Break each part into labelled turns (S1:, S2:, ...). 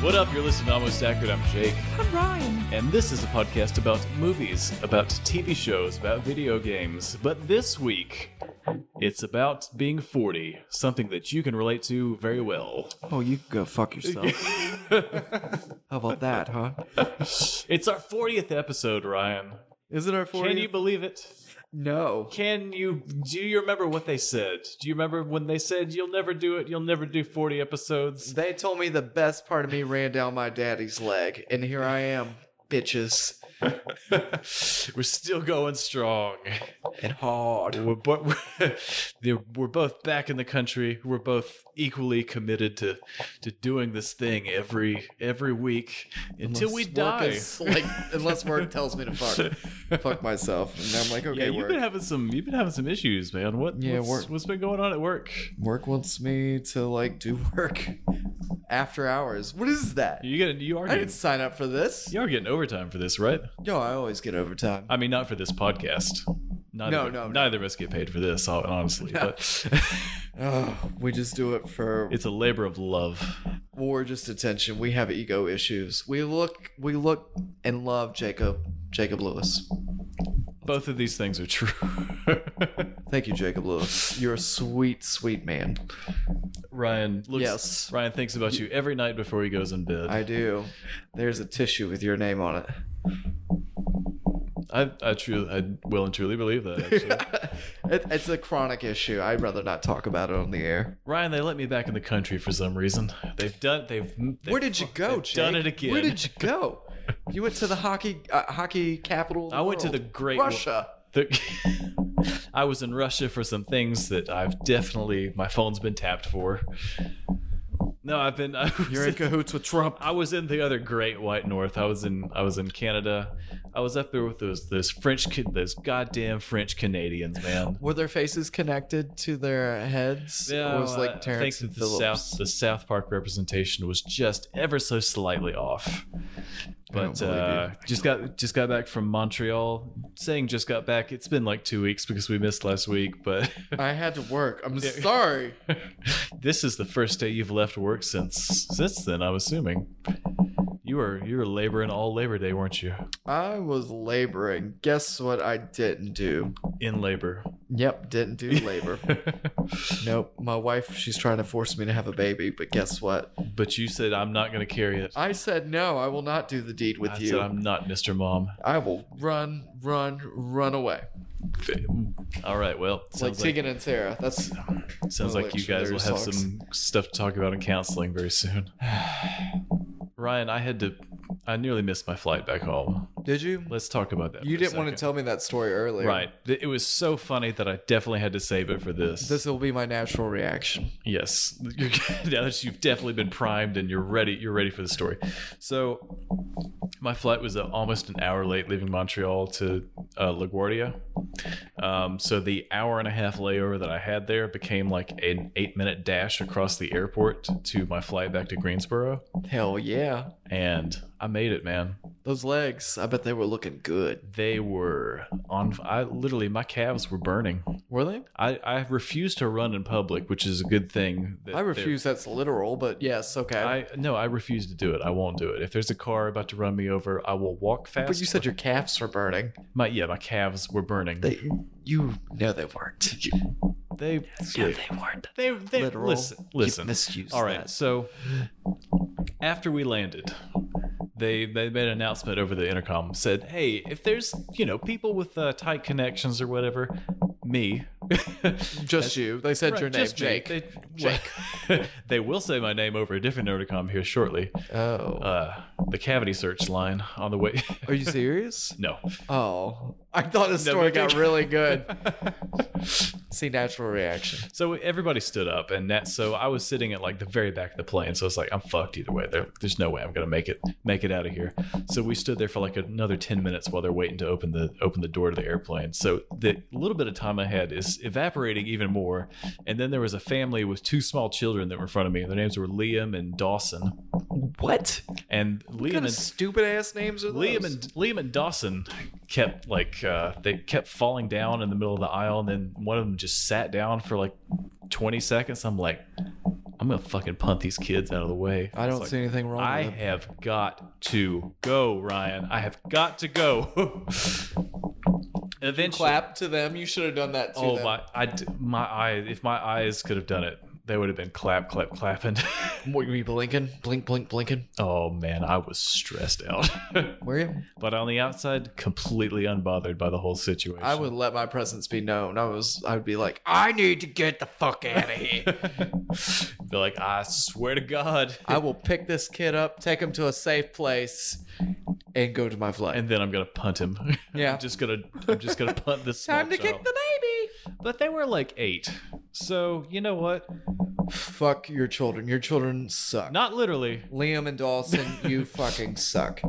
S1: What up? You're listening to Almost Accurate. I'm Jake.
S2: I'm Ryan.
S1: And this is a podcast about movies, about TV shows, about video games. But this week, it's about being 40, something that you can relate to very well.
S3: Oh, you go fuck yourself. How about that, huh?
S1: It's our 40th episode, Ryan.
S3: Is it our 40th?
S1: Can you believe it?
S3: no.
S1: Can you do you remember what they said? Do you remember when they said you'll never do it, you'll never do 40 episodes?
S3: They told me the best part of me ran down my daddy's leg, and here I am, bitches,
S1: We're still going strong.
S3: and hard.
S1: We're, bo- we're, we're both back in the country. We're both equally committed to to doing this thing every every week until we
S3: Unless
S1: die.
S3: work is like, unless work tells me to fuck, fuck myself, and I'm like,
S1: yeah,
S3: okay,
S1: you've
S3: work.
S1: been having some you've been having some issues, man. What
S3: Yeah,
S1: what's,
S3: work.
S1: what's been going on at work?
S3: work wants me to like do work after hours. What is that?
S1: You get you are
S3: I didn't
S1: getting,
S3: sign up for this.
S1: you are getting overtime for this, right?
S3: Yo, I always get overtime.
S1: I mean, not for this podcast. Neither,
S3: No, no, no.
S1: neither of us get paid for this, hon- honestly. But
S3: Oh, we just do it for
S1: it's a labor of love.
S3: We're just attention. We have ego issues. We look, we look and love Jacob, Jacob Lewis.
S1: Both of these things are true.
S3: Thank you, Jacob Lewis. You're a sweet, sweet man.
S1: Ryan looks.
S3: Yes.
S1: Ryan thinks about you every night before he goes in bed.
S3: I do. There's a tissue with your name on it.
S1: I, I truly, I will and truly believe that. Actually.
S3: it it's a chronic issue. I'd rather not talk about it on the air.
S1: Ryan, they let me back in the country for some reason. They've done. They've. they've
S3: Where did you go,
S1: they've done
S3: Jake?
S1: it again.
S3: Where did you go? You went to the hockey, uh, hockey capital. of the
S1: I went to
S3: world.
S1: the Great
S3: Russia.
S1: The- I was in Russia for some things that I've definitely my phone's been tapped for. No, I've been. I was
S3: You're in cahoots with Trump.
S1: I was in the other Great White North. I was in I was in Canada. I was up there with those those French Ca- those goddamn French Canadians, man.
S3: Were their faces connected to their heads?
S1: Yeah,
S3: it was
S1: I-
S3: like
S1: I think
S3: Terrence
S1: that
S3: and
S1: the
S3: Phillips.
S1: South the South Park representation was just ever so slightly off. But
S3: believe you.
S1: uh, just got just got back from Montreal. Saying just got back, it's been like two weeks because we missed last week. But
S3: I had to work. I'm sorry.
S1: this is the first day you've left work since since then. I'm assuming you were you were laboring all Labor Day, weren't you?
S3: I was laboring. Guess what I didn't do?
S1: In labor.
S3: Yep, didn't do labor. nope. My wife, she's trying to force me to have a baby, but guess what?
S1: But you said I'm not going to carry it.
S3: I said no, I will not do the deed with
S1: I
S3: you.
S1: said I'm not Mr. Mom.
S3: I will run, run, run away.
S1: All right. Well,
S3: It's like
S1: sounds like,
S3: Tegan and Sarah. That's
S1: sounds like you guys will have some stuff to talk about in counseling very soon. Ryan, I had to. I nearly missed my flight back home.
S3: Did you?
S1: Let's talk about that. for
S3: You
S1: a
S3: didn't want to
S1: second.
S3: tell me that story earlier.
S1: Right. Th- It was so funny that I definitely had to save it for this.
S3: This will be my natural reaction.
S1: Yes, You're- now that you've definitely been primed and you're ready, you're ready for the story. So, my flight was uh, almost an hour late leaving Montreal to uh, LaGuardia. Um, so the hour and a half layover that I had there became like an eight-minute dash across the airport to my flight back to Greensboro,
S3: Hell yeah.
S1: and I made it, man.
S3: Those legs, I bet they were looking good.
S1: They were on. I literally, my calves were burning.
S3: Were they?
S1: I, I refused to run in public, which is a good thing. that
S3: I
S1: they're-
S3: refuse that's literal, but yes, okay.
S1: I no, I refuse to do it. I won't do it. If there's a car about to run me over, I will walk fast.
S3: but you said your calves were burning.
S1: my yeah, my calves were burning.
S3: They, you know Mm-hmm. they weren't.
S1: they
S3: no, they weren't.
S1: they, they
S3: Literal.
S1: listen
S3: You
S1: listen
S3: misused
S1: All right,
S3: that.
S1: so after we landed, they they made an announcement over the intercom said hey if there's you know people with uh, tight connections or whatever me
S3: Just you. They said your name,
S1: just me.
S3: Jake.
S1: they, Jake. they will say my name over a different intercom here shortly
S3: oh.
S1: uh the cavity search line on the way
S3: Are you serious?
S1: no
S3: Oh, I thought the
S1: No,
S3: story
S1: but
S3: got
S1: they-
S3: really good. See natural reaction.
S1: So everybody stood up, and that. So I was sitting at like the very back of the plane. So it's like I'm fucked either way. There, there's no way I'm gonna make it make it out of here. So we stood there for like another ten minutes while they're waiting to open the open the door to the airplane. So the little bit of time I had is evaporating even more. And then there was a family with two small children that were in front of me. Their names were Liam and Dawson.
S3: What?
S1: And Liam
S3: Kind of
S1: and
S3: stupid ass names are those?
S1: Liam and Liam and Dawson kept like uh, they kept falling down in the middle of the aisle, and then one of them just sat down for like twenty seconds. I'm like, I'm gonna fucking punt these kids out of the way.
S3: I don't
S1: It's
S3: see
S1: like,
S3: anything wrong
S1: I
S3: with it.
S1: have got to go, Ryan. I have got to go. Eventually,
S3: Clap to them. You should have done that to
S1: oh
S3: them.
S1: my, I d- my eyes. If my eyes could have done it, they would have been clap, clap, clapping.
S3: What, were you blinking? Blink, blink, blinking.
S1: oh man, I was stressed out.
S3: Were you?
S1: but on the outside, completely unbothered by the whole situation.
S3: I would let my presence be known. I was. I would be like, I need to get the fuck out of here.
S1: Be like, I swear to God.
S3: I will pick this kid up, take him to a safe place, and go to my flight.
S1: And then I'm gonna punt him.
S3: Yeah.
S1: I'm just gonna I'm just gonna punt this.
S3: Time
S1: small
S3: to
S1: child.
S3: kick the baby.
S1: But they were like eight. So you know what?
S3: Fuck your children. Your children suck.
S1: Not literally.
S3: Liam and Dawson, you fucking suck.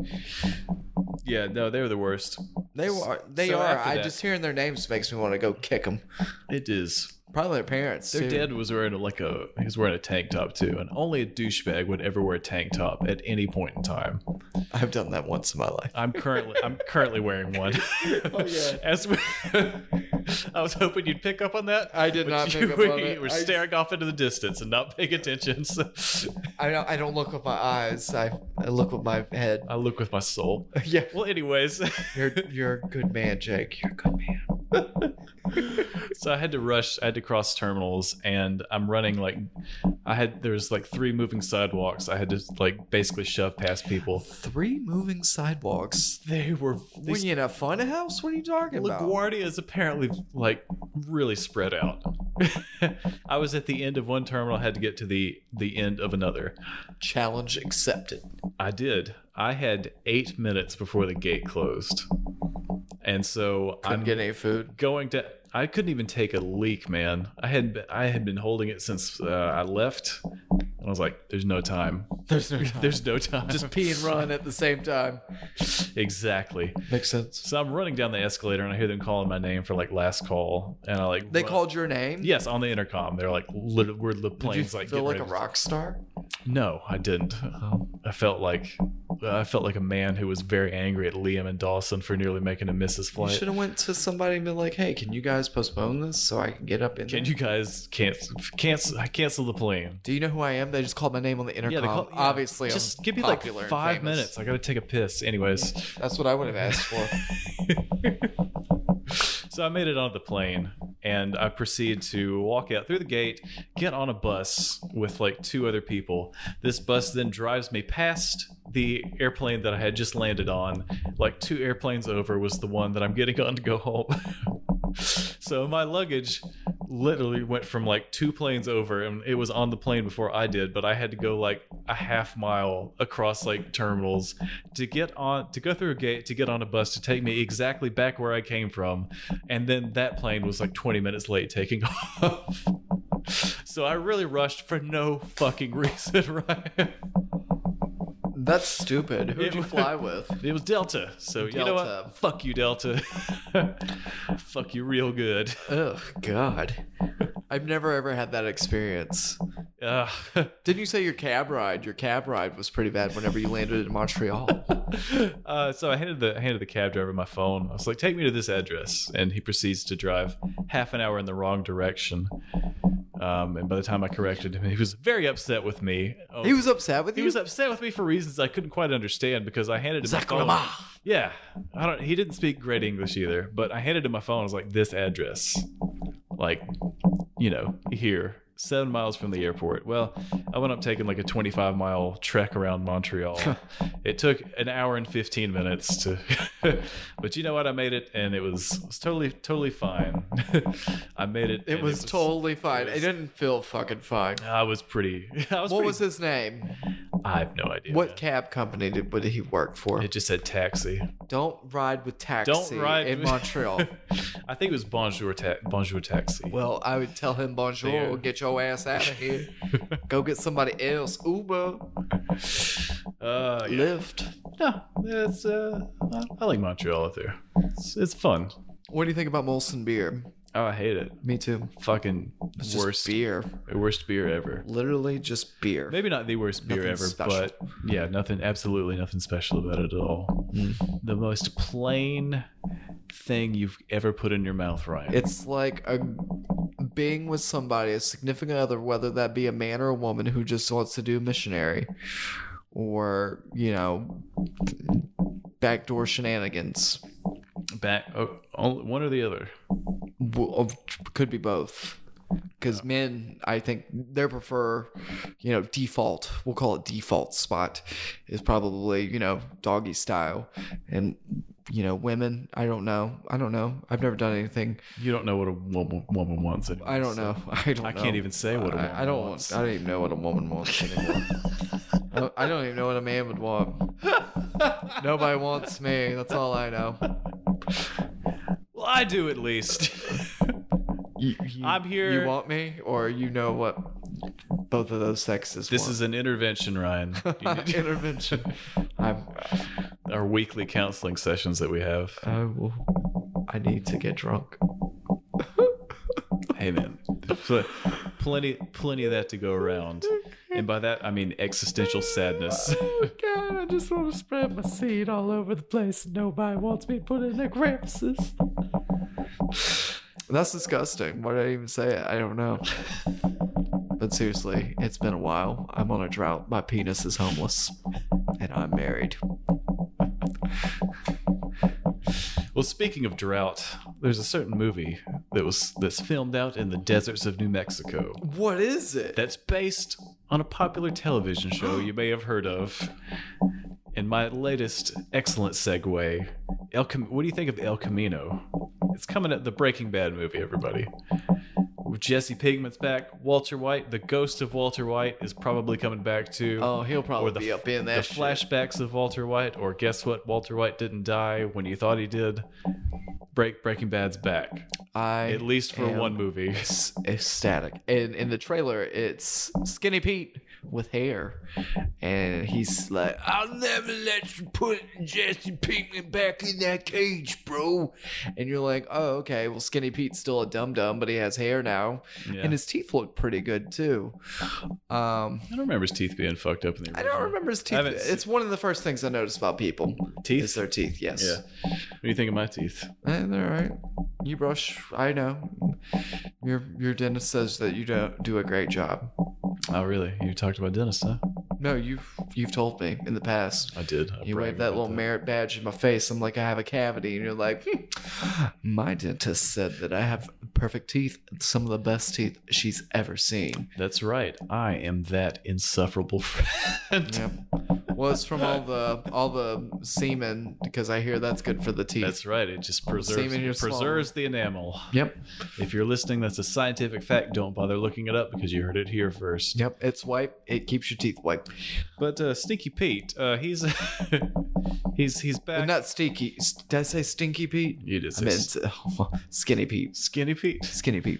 S1: Yeah, no, they were the worst.
S3: They were. They
S1: So
S3: are.
S1: after
S3: I
S1: that-
S3: just hearing their names makes me want to go kick them.
S1: It is.
S3: Probably their parents.
S1: Their
S3: too.
S1: dad was wearing like a he was wearing a tank top too, and only a douchebag would ever wear a tank top at any point in time.
S3: I've done that once in my life.
S1: I'm currently I'm currently wearing one. Oh yeah. As we, I was hoping you'd pick up on that.
S3: I did
S1: but
S3: not
S1: you,
S3: pick up on
S1: you
S3: it.
S1: were
S3: I-
S1: staring off into the distance and not paying attention. So
S3: I don't. I don't look with my eyes. I, I look with my head.
S1: I look with my soul.
S3: Yeah.
S1: Well, anyways,
S3: You're you're a good man, Jake. You're a good man.
S1: so I had to rush. I had to cross terminals, and I'm running like I had. There's like three moving sidewalks. I had to like basically shove past people.
S3: Three moving sidewalks.
S1: They were
S3: When
S1: these
S3: you in a fun house? What are you talking about?
S1: LaGuardia is apparently like really spread out. I was at the end of one terminal, had to get to the the end of another.
S3: Challenge accepted.
S1: I did. I had eight minutes before the gate closed, and so
S3: I'm
S1: I'm
S3: getting any food.
S1: going to. I couldn't even take a leak, man. I had been, I had been holding it since uh, I left, and I was like, "There's no time.
S3: There's no
S1: There's no time."
S3: Just pee and run at the same time.
S1: exactly.
S3: Makes sense.
S1: So I'm running down the escalator, and I hear them calling my name for like last call, and I like
S3: They
S1: run-
S3: called your name.
S1: Yes, on the intercom, they're like, lit- "We're the
S3: You
S1: planes like
S3: feel
S1: getting
S3: like a
S1: ready to-
S3: rock star.
S1: No, I didn't. Um, I felt like I felt like a man who was very angry at Liam and Dawson for nearly making a miss his
S3: You
S1: flight.
S3: should have went to somebody and been like, "Hey, can you guys postpone this so I can get up in
S1: Can
S3: there?"
S1: you guys cancel cancel cancel the plane?
S3: Do you know who I am? They just called my name on the intercom.
S1: Yeah, they call, yeah.
S3: Obviously, I'm
S1: just give me like
S3: popular and
S1: five
S3: famous.
S1: minutes. I gotta take a piss. Anyways,
S3: That's what I would have asked for.
S1: so I made it onto the plane, and I proceed to walk out through the gate, get on a bus with like two other people. This bus then drives me past the airplane that I had just landed on. Like two airplanes over was the one that I'm getting on to go home. So my luggage literally went from like two planes over and it was on the plane before I did, but I had to go like a half mile across like terminals to get on to go through a gate to get on a bus to take me exactly back where I came from. And then that plane was like 20 minutes late taking off. So I really rushed for no fucking reason, right?
S3: That's stupid. Who'd
S1: It
S3: you
S1: was-
S3: fly with?
S1: It was Delta. So you know
S3: Delta.
S1: what? Fuck you, Delta. Fuck you real good.
S3: Ugh, God. I've never ever had that experience.
S1: Uh,
S3: Didn't you say your cab ride? Your cab ride was pretty bad whenever you landed in Montreal.
S1: Uh, so I handed the handed the cab driver my phone. I was like, "Take me to this address," and he proceeds to drive half an hour in the wrong direction. Um, and by the time I corrected him, he was very upset with me. Oh,
S3: he was upset with
S1: he
S3: you.
S1: was upset with me for reasons I couldn't quite understand because I handed him my phone.
S3: Sacrement.
S1: Yeah, I don't. He didn't speak great English either, but I handed him my phone. I was like, "This address, like, you know, here." seven miles from the airport. Well, I went up taking like a 25 mile trek around Montreal. it took an hour and 15 minutes to, but you know what? I made it and it was, it was totally, totally fine. I made it. and
S3: It was totally fine. It didn't feel fucking fine.
S1: I was pretty. I was
S3: What
S1: pretty-
S3: was his name?
S1: I have no idea.
S3: What
S1: man.
S3: cab company did, what did he work for?
S1: It just said taxi.
S3: Don't ride with taxi
S1: ride
S3: in
S1: with-
S3: Montreal.
S1: I think it was bonjour, ta- bonjour taxi.
S3: well, I would tell him bonjour,
S1: Yeah.
S3: get your ass out of here. Go get somebody else. Uber,
S1: uh, yeah.
S3: Lyft.
S1: no, it's uh, I, I like Montreal up there. It's, it's fun.
S3: What do you think about Molson beer?
S1: Oh, I hate it.
S3: Me too.
S1: Fucking
S3: It's just
S1: worst
S3: beer.
S1: worst beer ever.
S3: Literally just beer.
S1: Maybe not the worst beer
S3: Nothing
S1: ever,
S3: special.
S1: but yeah, nothing absolutely nothing special about it at all.
S3: Mm.
S1: The most plain thing you've ever put in your mouth, Ryan.
S3: It's like a being with somebody, a significant other, whether that be a man or a woman who just wants to do missionary or, you know, backdoor shenanigans.
S1: back oh, only- one or the other.
S3: W- of- Could be both. Because men, I think they prefer, you know, default, we'll call it default spot, is probably, you know, doggy style. And, you know, women, I don't know. I don't know. I've never done anything.
S1: You don't know what a woman, woman wants. Anymore,
S3: I don't know. I don't
S1: I
S3: know.
S1: can't even say what a woman
S3: I, I don't
S1: wants.
S3: want. I don't even know what a woman wants anymore. I, don't, I don't even know what a man would want. Nobody wants me. That's all I know.
S1: Well, I do at least.
S3: You, you-
S1: I'm here-
S3: You want me, or you know what? Both of those sexes.
S1: This is an intervention, Ryan. You
S3: want.
S1: need-
S3: intervention. I'm.
S1: our weekly counseling sessions that we have.
S3: I will. I need to get drunk.
S1: Hey man, Pl- plenty plenty of that to go around, and by that I mean existential sadness.
S3: God, I just want to spread my seed all over the place. Nobody wants me put in necropsis. That's disgusting. Why did I even say it? I don't know. But seriously, it's been a while. I'm on a drought. My penis is homeless, and I'm married.
S1: Well, speaking of drought, there's a certain movie that was that's filmed out in the deserts of New Mexico
S3: What is it?
S1: that's based on a popular television show you may have heard of. And my latest excellent segue, El Cam- what do you think of El Camino? It's coming at the Breaking Bad movie, everybody. Jesse Pigment's back. Walter White, the ghost of Walter White, is probably coming back too.
S3: oh, he'll probably
S1: or the,
S3: be up in
S1: the
S3: that shit.
S1: flashbacks of Walter White, or guess what? Walter White didn't die when you thought he did. Break Breaking Bad's back,
S3: I
S1: at least for
S3: am
S1: one movie.
S3: s- ecstatic. And in the trailer, it's Skinny Pete with hair, and he's like, "I'll never let you put Jesse Pinkman back in that cage, bro." And you're like, "Oh, okay. Well, Skinny Pete's still a dum dum, but he has hair now,
S1: Yeah.
S3: and his teeth look pretty good too." Um,
S1: I don't remember his teeth being fucked up in the
S3: I
S1: original.
S3: don't remember his
S1: I
S3: teeth.
S1: haven't se-
S3: It's one of the first things I notice about people.
S1: Teeth?
S3: Is their teeth? Yes.
S1: Yeah. What do you think of my teeth?
S3: Eh, they're all right. You brush. I know. Your your dentist says that you don't do a great job.
S1: Oh, really? You talked about dentists, huh?
S3: No, you've you've told me in the past.
S1: I did. I
S3: You
S1: brag
S3: waved that
S1: about
S3: little merit badge in my face. I'm like, I have a cavity, and you're like, "Hmm, my dentist said that I have perfect teeth, some of the best teeth she's ever seen.
S1: That's right. I am that insufferable friend.
S3: Yep. Well, it's from all the all the semen because I hear that's good for the teeth.
S1: That's right. It just
S3: semen in your
S1: preserves
S3: swallow.
S1: preserves the enamel.
S3: Yep.
S1: If you're listening, that's a scientific fact. Don't bother looking it up because you heard it here first.
S3: Yep. It's white. It keeps your teeth white.
S1: But uh, Sneaky Pete, uh, he's he's he's back.
S3: Not stinky. Did I say stinky Pete?
S1: you just
S3: I meant skinny Pete.
S1: Skinny Pete,
S3: Skinny Pete.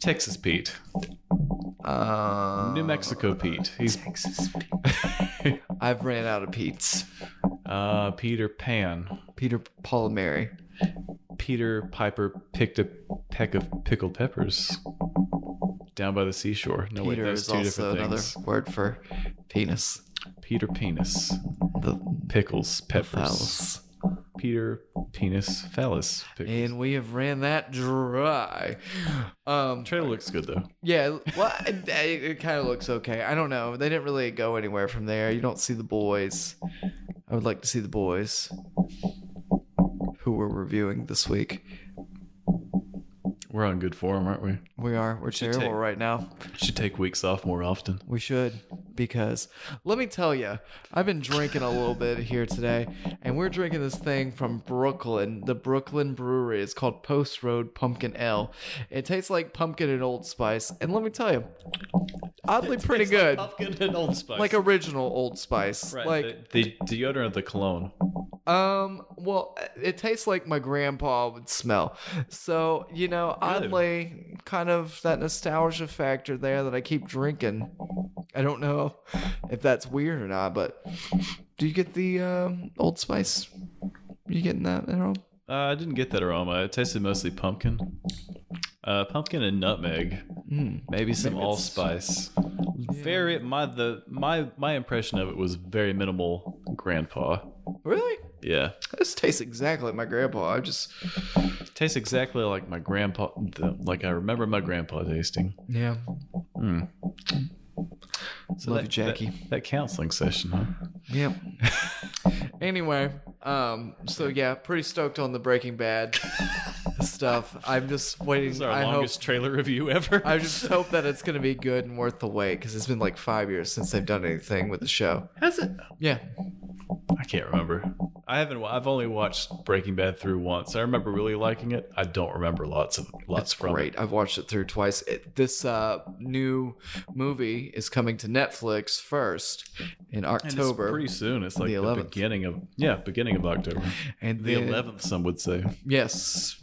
S1: Texas Pete,
S3: Uh,
S1: New Mexico Pete. He's
S3: Texas Pete. I've ran out of Pete's.
S1: uh, Peter Pan.
S3: Peter, Paul, and Mary.
S1: Peter Piper picked a peck of pickled peppers down by the seashore. No, wait,
S3: Peter
S1: that's
S3: is
S1: two
S3: also
S1: different
S3: another
S1: things.
S3: word for penis.
S1: Peter Penis,
S3: The
S1: pickles, peppers.
S3: phallus.
S1: Peter Penis Phallus. Pickles.
S3: And we have ran that dry. Um,
S1: Trailer looks good though.
S3: yeah, well, it, it kind of looks okay. I don't know. They didn't really go anywhere from there. You don't see the boys. I would like to see the boys who were reviewing this week.
S1: We're on good form, aren't we?
S3: We are. We're terrible
S1: take-
S3: right now.
S1: Should take weeks off more often.
S3: We should because let me tell you, I've been drinking a little bit here today, and we're drinking this thing from Brooklyn, the Brooklyn Brewery. It's called Post Road Pumpkin Ale. It tastes like pumpkin and Old Spice, and let me tell you, oddly pretty good, like,
S1: Pumpkin and Old Spice.
S3: original Old Spice.
S1: right,
S3: like
S1: the, the deodorant of the cologne.
S3: Um, well, it tastes like my grandpa would smell. So, you know, oddly, kind of that nostalgia factor there that I keep drinking. I don't know if that's weird or not, but do you get the um, Old Spice? You getting that at home?
S1: Uh, I didn't get that aroma. It tasted mostly pumpkin. Uh, pumpkin and nutmeg.
S3: Hmm.
S1: Maybe some allspice. Very my the my my impression of it was very minimal grandpa.
S3: Really?
S1: Yeah.
S3: This tastes exactly like my grandpa. I just,
S1: Tastes exactly like my grandpa the, like I remember my grandpa tasting.
S3: yeah,
S1: So that-
S3: Love you, Jackie.
S1: That, that counseling session, huh?
S3: yeah. anyway, um, so yeah, pretty stoked on the Breaking Bad stuff. I'm just waiting.
S1: This is our
S3: I hope
S1: longest trailer review ever.
S3: I just hope that it's gonna be good and worth the wait because it's been like five years since they've done anything with the show.
S1: Has it?
S3: Yeah,
S1: I can't remember. I haven't. wa- I've only watched Breaking Bad through once. I remember really liking it. I don't remember lots of lots from it.
S3: great. I've watched it through twice. It, this uh, new movie is coming to Netflix first in
S1: And it's
S3: October,
S1: pretty soon. It's like
S3: The
S1: the,
S3: 11th.
S1: beginning of yeah, beginning of October.
S3: and
S1: The
S3: then-
S1: eleventh, some would say.
S3: Yes,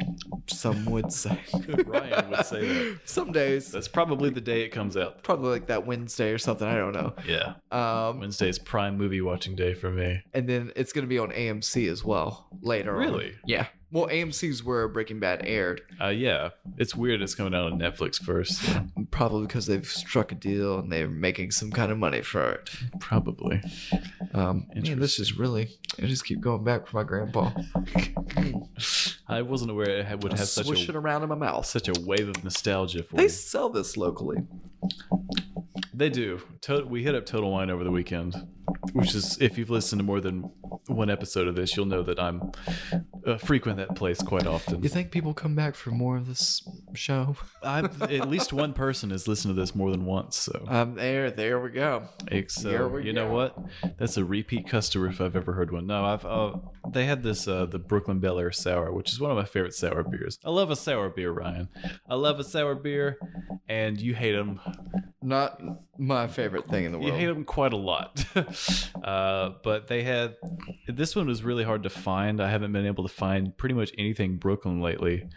S3: some would say.
S1: Ryan would say that.
S3: some days,
S1: That's probably the day it comes out.
S3: probably like that Wednesday or something. I don't know.
S1: Yeah,
S3: Um,
S1: Wednesday is prime movie watching day for me.
S3: and then it's gonna be on AMC as well later. on.
S1: Really?
S3: Yeah. Well, AMC's where Breaking Bad aired.
S1: Uh, yeah, it's weird. It's coming out on Netflix first.
S3: probably because they've struck a deal and they're making some kind of money for it.
S1: Probably.
S3: Um, man, this is really. I just keep going back for my grandpa.
S1: I wasn't aware it had- would have such
S3: Swish it
S1: a
S3: around in my mouth.
S1: such a wave of nostalgia for
S3: They
S1: me.
S3: sell this locally.
S1: They do. To- we hit up Total Wine over the weekend, which is if you've listened to more than one episode of this, you'll know that I'm uh, frequent that place quite often.
S3: You think people come back for more of this show?
S1: I've, at least one person has listened to this more than once, so
S3: Um, there, there we go.
S1: It's, so
S3: Oh, Here we
S1: you know
S3: go.
S1: what? That's a repeat customer if I've ever heard one. No, I've uh, they had this uh, the Brooklyn Bel Air sour, which is one of my favorite sour beers. I love a sour beer, Ryan. I love a sour beer, and you hate them.
S3: Not my favorite thing in the
S1: You hate
S3: world.
S1: them quite a lot. uh, but they had this one was really hard to find. I haven't been able to find pretty much anything Brooklyn lately.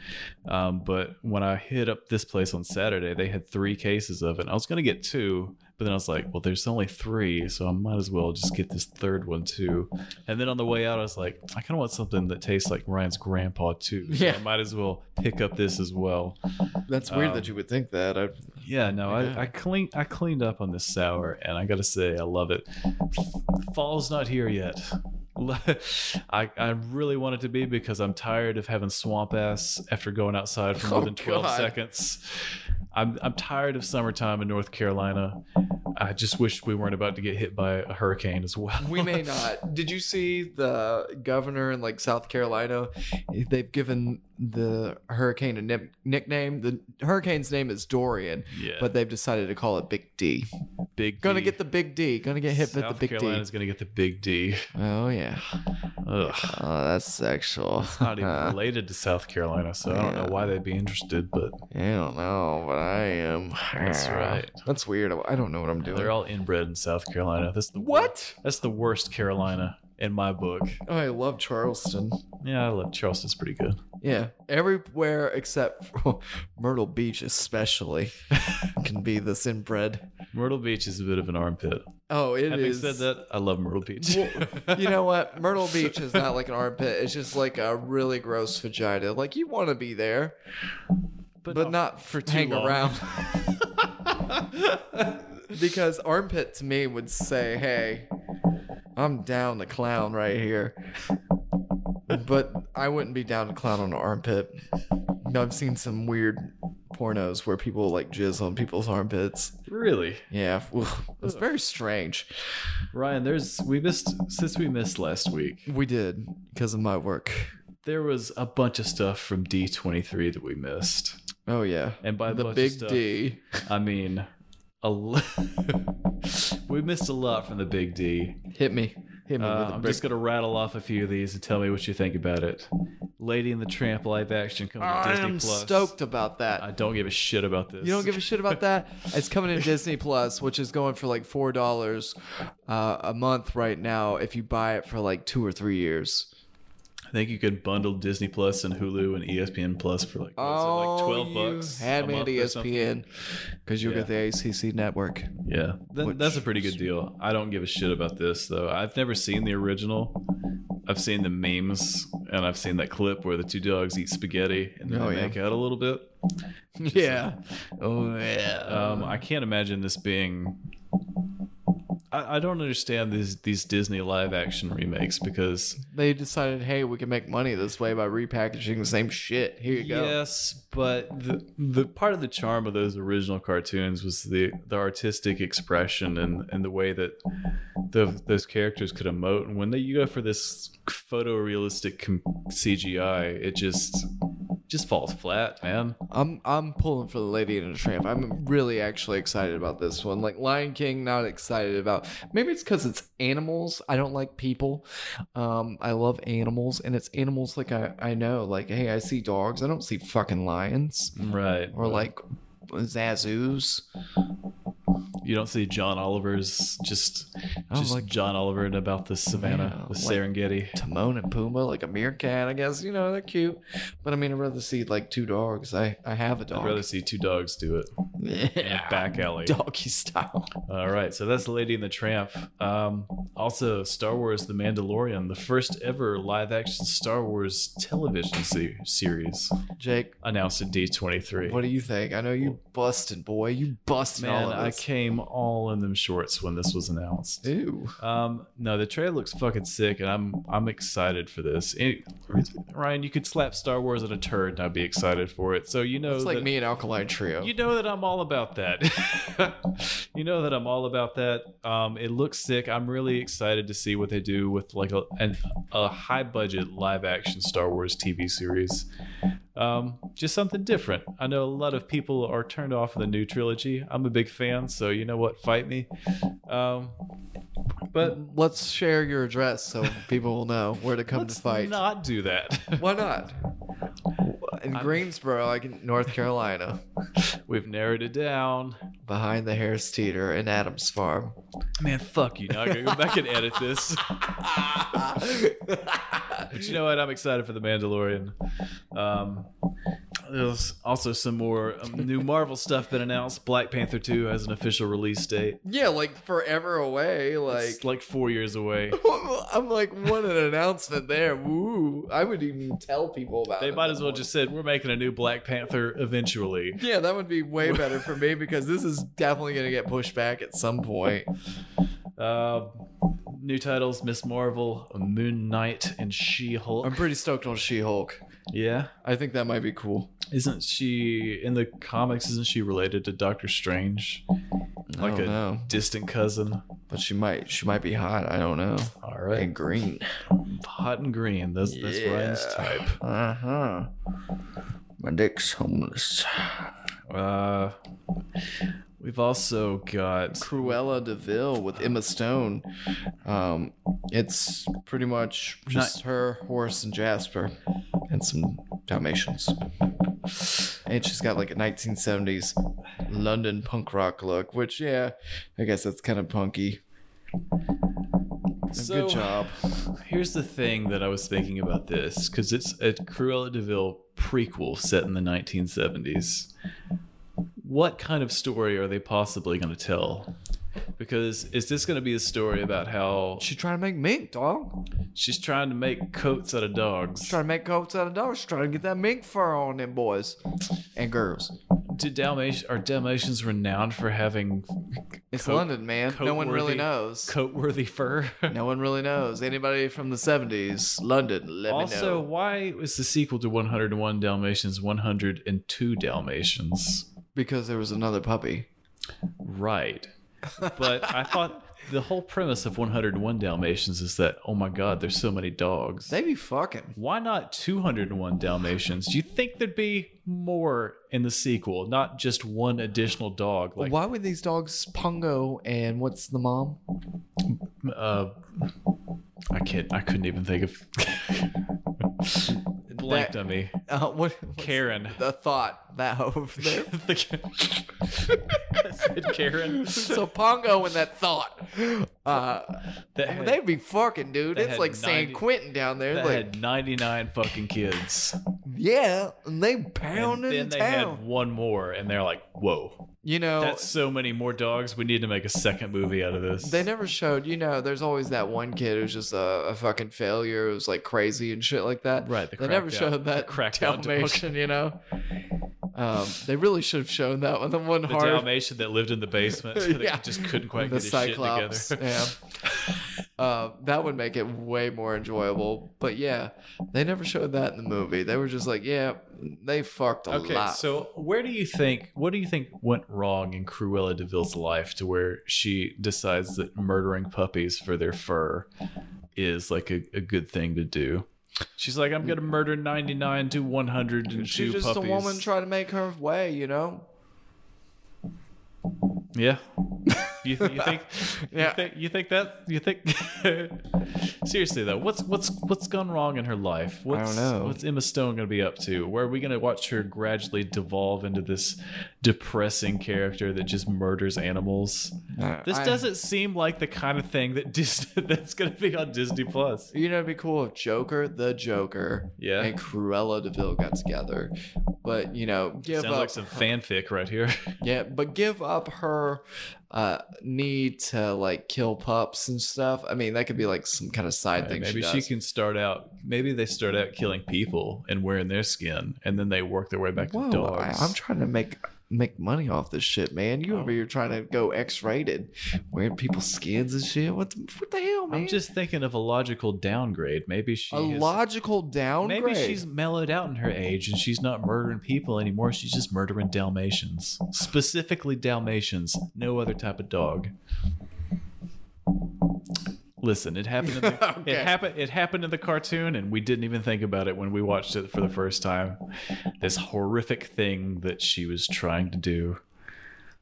S1: Um, but when I hit up this place on Saturday, they had three cases of it. I was gonna get two, but then I was like, well, there's only three, so I might as well just get this third one too. And then on the way out, I was like, I kind of want something that tastes like Ryan's grandpa too. So
S3: Yeah.
S1: I might as well pick up this as well.
S3: That's weird
S1: Oh.
S3: that you would think that. I,
S1: Yeah, no, I, I clean I cleaned up on this sour, and I gotta say I love it. Fall's not here yet. I, I really want it to be because I'm tired of having swamp ass after going outside for more
S3: Oh,
S1: than 12
S3: God.
S1: seconds. I'm, I'm tired of summertime in North Carolina. I just wish we weren't about to get hit by a hurricane as well.
S3: we may not. Did you see the governor in like South Carolina? They've given the hurricane a nip- nickname. The hurricane's name is Dorian,
S1: Yeah.
S3: but they've decided to call it Big D.
S1: big
S3: Gonna
S1: D.
S3: get the Big D. Gonna get hit with
S1: South
S3: the Big
S1: Carolina's gonna get the big D.
S3: D. Oh yeah.
S1: Ugh.
S3: Oh, that's sexual. Uh,
S1: Not even related to South Carolina, so I don't know why they'd be interested, but
S3: I don't know, but I am. Ah,
S1: That's right.
S3: That's weird. I don't know what I'm doing.
S1: They're all inbred in South Carolina. That's the
S3: What?
S1: That's the worst Carolina in my book.
S3: Oh, I love Charleston.
S1: Yeah, I love Charleston's pretty good.
S3: Yeah, everywhere except for Myrtle Beach, especially, can be this inbred.
S1: Myrtle Beach is a bit of an armpit.
S3: Oh, it is.
S1: Having said that, I love Myrtle Beach.
S3: you know what? Myrtle Beach is not like an armpit. It's just like a really gross vagina. Like you want to be there, but, not, for hang
S1: long.
S3: around. because armpit to me would say, "Hey, I'm down to clown right here," but I wouldn't be down to clown on an armpit. No, I've seen some weird pornos where people like jizz on people's armpits.
S1: really,
S3: Yeah, it's very strange.
S1: Ryan. There's we missed since we missed last week.
S3: We did because of my work.
S1: There was a bunch of stuff from D23 that we missed.
S3: Oh yeah.
S1: And by a bunch
S3: the
S1: of
S3: big
S1: stuff.
S3: D.
S1: I mean, a l- we missed a lot from the Big D.
S3: Hit me. Hit me
S1: Uh,
S3: with a
S1: I'm
S3: brick.
S1: just gonna rattle off a few of these and tell me what you think about it. Lady and the Tramp live action coming to Disney
S3: I'm
S1: Plus.
S3: stoked about that.
S1: I don't give a shit about this.
S3: You don't give a shit about that. It's coming in Disney Plus, which is going for like four dollars uh, a month right now if you buy it for like two or three years.
S1: I think you could bundle Disney Plus and Hulu and E ESPN Plus for like, what is it, like twelve
S3: Oh, you
S1: bucks.
S3: Had
S1: a
S3: me at E
S1: month or something?
S3: ESPN because you'll get the ACC network.
S1: Yeah, Th- that's a pretty good deal. I don't give a shit about this though. I've never seen the original. I've seen the memes and I've seen that clip where the two dogs eat spaghetti and then
S3: Oh,
S1: they
S3: yeah.
S1: make out a little bit.
S3: yeah. Oh yeah.
S1: Um, I can't imagine this being. I, I don't understand these these Disney live action remakes because
S3: They decided, hey, we can make money this way by repackaging the same shit. Here you go.
S1: yes, but the the part of the charm of those original cartoons was the the artistic expression and and the way that the those characters could emote. And when they, you go for this photorealistic com- CGI, it just just falls flat, man.
S3: I'm I'm pulling for the Lady and the Tramp. I'm really actually excited about this one. Like Lion King, not excited about. Maybe it's because it's animals. I don't like people. Um, I love animals, and it's animals like I I know. Like hey, I see dogs. I don't see fucking lions
S1: Right.
S3: or like zazoos.
S1: You don't see John Oliver's just
S3: Oh,
S1: just
S3: like-
S1: John Oliver and about the Savannah,
S3: Yeah,
S1: the
S3: like-
S1: Serengeti.
S3: Timon and Pumbaa, like a meerkat, I guess. You know they're cute, but I mean I'd rather see like two dogs. I I have a dog.
S1: I'd rather see two dogs do it in a back alley.
S3: Doggy style.
S1: All right, so that's Lady and the Tramp. Um, also, Star Wars: The Mandalorian, the first ever live-action Star Wars television se- series,
S3: Jake,
S1: announced at D23.
S3: what do you think? I know you busted, boy. You busted
S1: Man,
S3: all of
S1: I
S3: this. Eh?
S1: came all in them shorts when this was announced.
S3: Ew.
S1: Um, no, the trailer looks fucking sick, and I'm I'm excited for this. It- Ryan, you could slap Star Wars at a turd, and I'd be excited for it. So you know,
S3: It's like
S1: that-
S3: me and Alkaline Trio.
S1: You know that I'm all about that. you know that I'm all about that. Um, it looks sick. I'm really excited to see what they do with like a an, a high budget live action Star Wars TV series. Um, just something different. I know a lot of people are turned off of the new trilogy. I'm a big fan, so you know what? Fight me. Um, but
S3: Let's share your address so people will know where to come
S1: let's
S3: to fight.
S1: not do that.
S3: Why not? In Greensboro, like in North Carolina,
S1: We've narrowed it down.
S3: behind the Harris Teeter and Adams Farm.
S1: Man, fuck you. Now I gotta go back and edit this. But you know what? I'm excited for the Mandalorian. Um, there's also some more um, new Marvel stuff been announced. Black Panther 2 has an official release date.
S3: yeah, like forever away. Like
S1: It's like four years away.
S3: I'm like, what an announcement there. Woo. I would even tell people about
S1: They
S3: it.
S1: might as well just said we're making a new Black Panther eventually.
S3: Yeah, that would be way better for me because this is definitely going to get pushed back at some point.
S1: Uh, new titles: Miss Marvel, Moon Knight, and She-Hulk.
S3: I'm pretty stoked on She Hulk.
S1: yeah,
S3: I think that might be cool.
S1: isn't she in the comics? Isn't she related to Doctor Strange, like
S3: don't
S1: a
S3: know.
S1: distant cousin?
S3: But she might she might be hot. I don't know.
S1: All right,
S3: And green.
S1: hot and green. That's that's Ryan's type.
S3: Uh huh. My dick's homeless.
S1: Uh, we've also got
S3: Cruella Deville with Emma Stone. Um, it's pretty much just her, horse, and Jasper, and some Dalmatians. And she's got like a 1970s London punk rock look, which yeah, I guess that's kind of punky.
S1: So-
S3: Good job.
S1: Here's the thing that I was thinking about this because it's a Cruella Deville prequel set in the 1970s. What kind of story are they possibly going to tell? Because is this going to be a story about how
S3: She trying to make mink, dog.
S1: she's trying to make coats out of dogs?
S3: Trying to make coats out of dogs. Trying to get that mink fur on them boys and girls.
S1: Do Dalmatians are Dalmatians renowned for having
S3: It's
S1: Coat-
S3: London, man. No one really
S1: coat-worthy-
S3: knows.
S1: coat-worthy fur?
S3: No one really knows. Anybody from the 70s, London, let me
S1: also,
S3: know.
S1: why was the sequel to 101 Dalmatians 102 Dalmatians?
S3: Because there was another puppy.
S1: Right. But I thought the whole premise of 101 Dalmatians is that oh my god, there's so many dogs.
S3: They be fucking.
S1: Why not 201 Dalmatians? Do you think there'd be more in the sequel, not just one additional dog like
S3: Why would these dogs Pongo and what's the mom?
S1: uh I can't I couldn't even think of blanked
S3: That-
S1: on me.
S3: Uh, what?
S1: Karen.
S3: The thought that over there.
S1: I said Karen.
S3: so Pongo and that thought. Uh,
S1: That had,
S3: they'd be fucking, dude.
S1: they
S3: It's
S1: had
S3: like San
S1: 90
S3: Quentin down there.
S1: that
S3: Like,
S1: had 99 fucking kids.
S3: yeah, and they
S1: And
S3: pounded
S1: then they
S3: town. Oh.
S1: had one more and they're like, "Whoa.
S3: you know,
S1: That's so many more dogs. We need to make a second movie out of this."
S3: They never showed, you know, there's always that one kid who's just a, a fucking failure, who's like crazy and shit like that.
S1: Right, the
S3: they never
S1: cracked out-
S3: showed that
S1: the cracked out dog.
S3: Dalmatian, you know? Um, they really should have shown that one. The one
S1: the
S3: hard.
S1: Dalmatian that lived in the basement that
S3: Yeah.
S1: just couldn't quite
S3: the
S1: get his
S3: Cyclops.
S1: shit together.
S3: yeah. Uh, that would make it way more enjoyable. But yeah, they never showed that in the movie. They were just like, yeah, they fucked a
S1: Okay,
S3: lot.
S1: so where do you think what do you think went wrong in Cruella DeVille's life to where she decides that murdering puppies for their fur is like a, a good thing to do? She's like, I'm gonna murder 99 to 102
S3: She's just
S1: puppies.
S3: a woman trying to make her way, you know?
S1: yeah. You, th- you think?
S3: Yeah.
S1: You think, you think that? You think? Seriously though, what's what's what's gone wrong in her life? What's,
S3: know.
S1: What's Emma Stone gonna be up to? Where are we gonna watch her gradually devolve into this depressing character that just murders animals? This
S3: I-
S1: doesn't seem like the kind of thing that Disney that's going to be on Disney Plus.
S3: You know, it'd be cool if Joker, the Joker,
S1: Yeah.
S3: and Cruella Deville got together, but you know, give
S1: Sounds
S3: up,
S1: like some fanfic right here.
S3: yeah, but give up her uh, need to like kill pups and stuff. I mean, that could be like some kind of side thing.
S1: Maybe
S3: she,
S1: she,
S3: does.
S1: can start out. Maybe they start out killing people and wearing their skin, and then they work their way back to
S3: Whoa, I,
S1: dogs.
S3: I'm trying to make make money off this shit, man. You over here trying to go X-rated, wearing people's skins and shit. What the, what the hell, man?
S1: I'm just thinking of a logical downgrade. Maybe she
S3: a
S1: has-
S3: logical downgrade.
S1: Maybe she's mellowed out in her age and she's not murdering people anymore. She's just murdering Dalmatians, specifically Dalmatians. No other type of dog. Listen, it happened. In the,
S3: Okay.
S1: It happened. It happened in the cartoon, and we didn't even think about it when we watched it for the first time. This horrific thing that she was trying to do.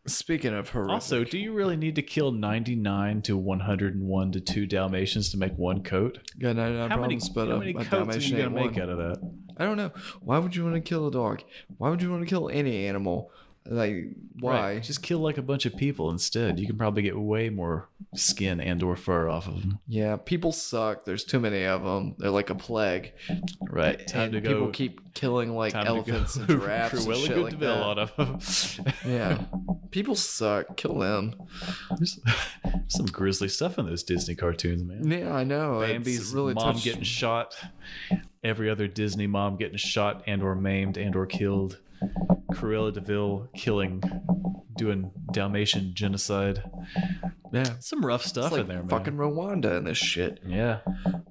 S3: speaking of her.
S1: Also, do you really need to kill ninety-nine to one hundred and one to two Dalmatians to make one coat?
S3: yeah, no, no
S1: How many,
S3: problems, but
S1: how
S3: uh,
S1: many
S3: my
S1: coats are
S3: Dalmatian
S1: you gonna
S3: ain't
S1: make
S3: one.
S1: out of that?
S3: I don't know. Why would you want to kill a dog? Why would you want to kill any animal? Like why?
S1: Right. Just kill like a bunch of people instead. You can probably get way more skin and or fur off of them.
S3: Yeah, people suck. There's too many of them. They're like a plague.
S1: Right. Time
S3: and
S1: to go.
S3: people keep killing like
S1: time
S3: elephants
S1: to
S3: and
S1: go.
S3: giraffes and
S1: Cruella
S3: shit
S1: Good
S3: like
S1: Deville
S3: that.
S1: out of 'em.
S3: yeah, people suck. Kill them.
S1: There's some grisly stuff in those Disney cartoons, man.
S3: Yeah, I know. It's
S1: Bambi's
S3: really
S1: mom
S3: touched-
S1: getting shot. Every other Disney mom getting shot and or maimed and or killed. Cruella Deville killing, doing Dalmatian genocide.
S3: yeah.
S1: Some rough stuff
S3: It's like
S1: in there, man.
S3: fucking Rwanda and this shit.
S1: yeah.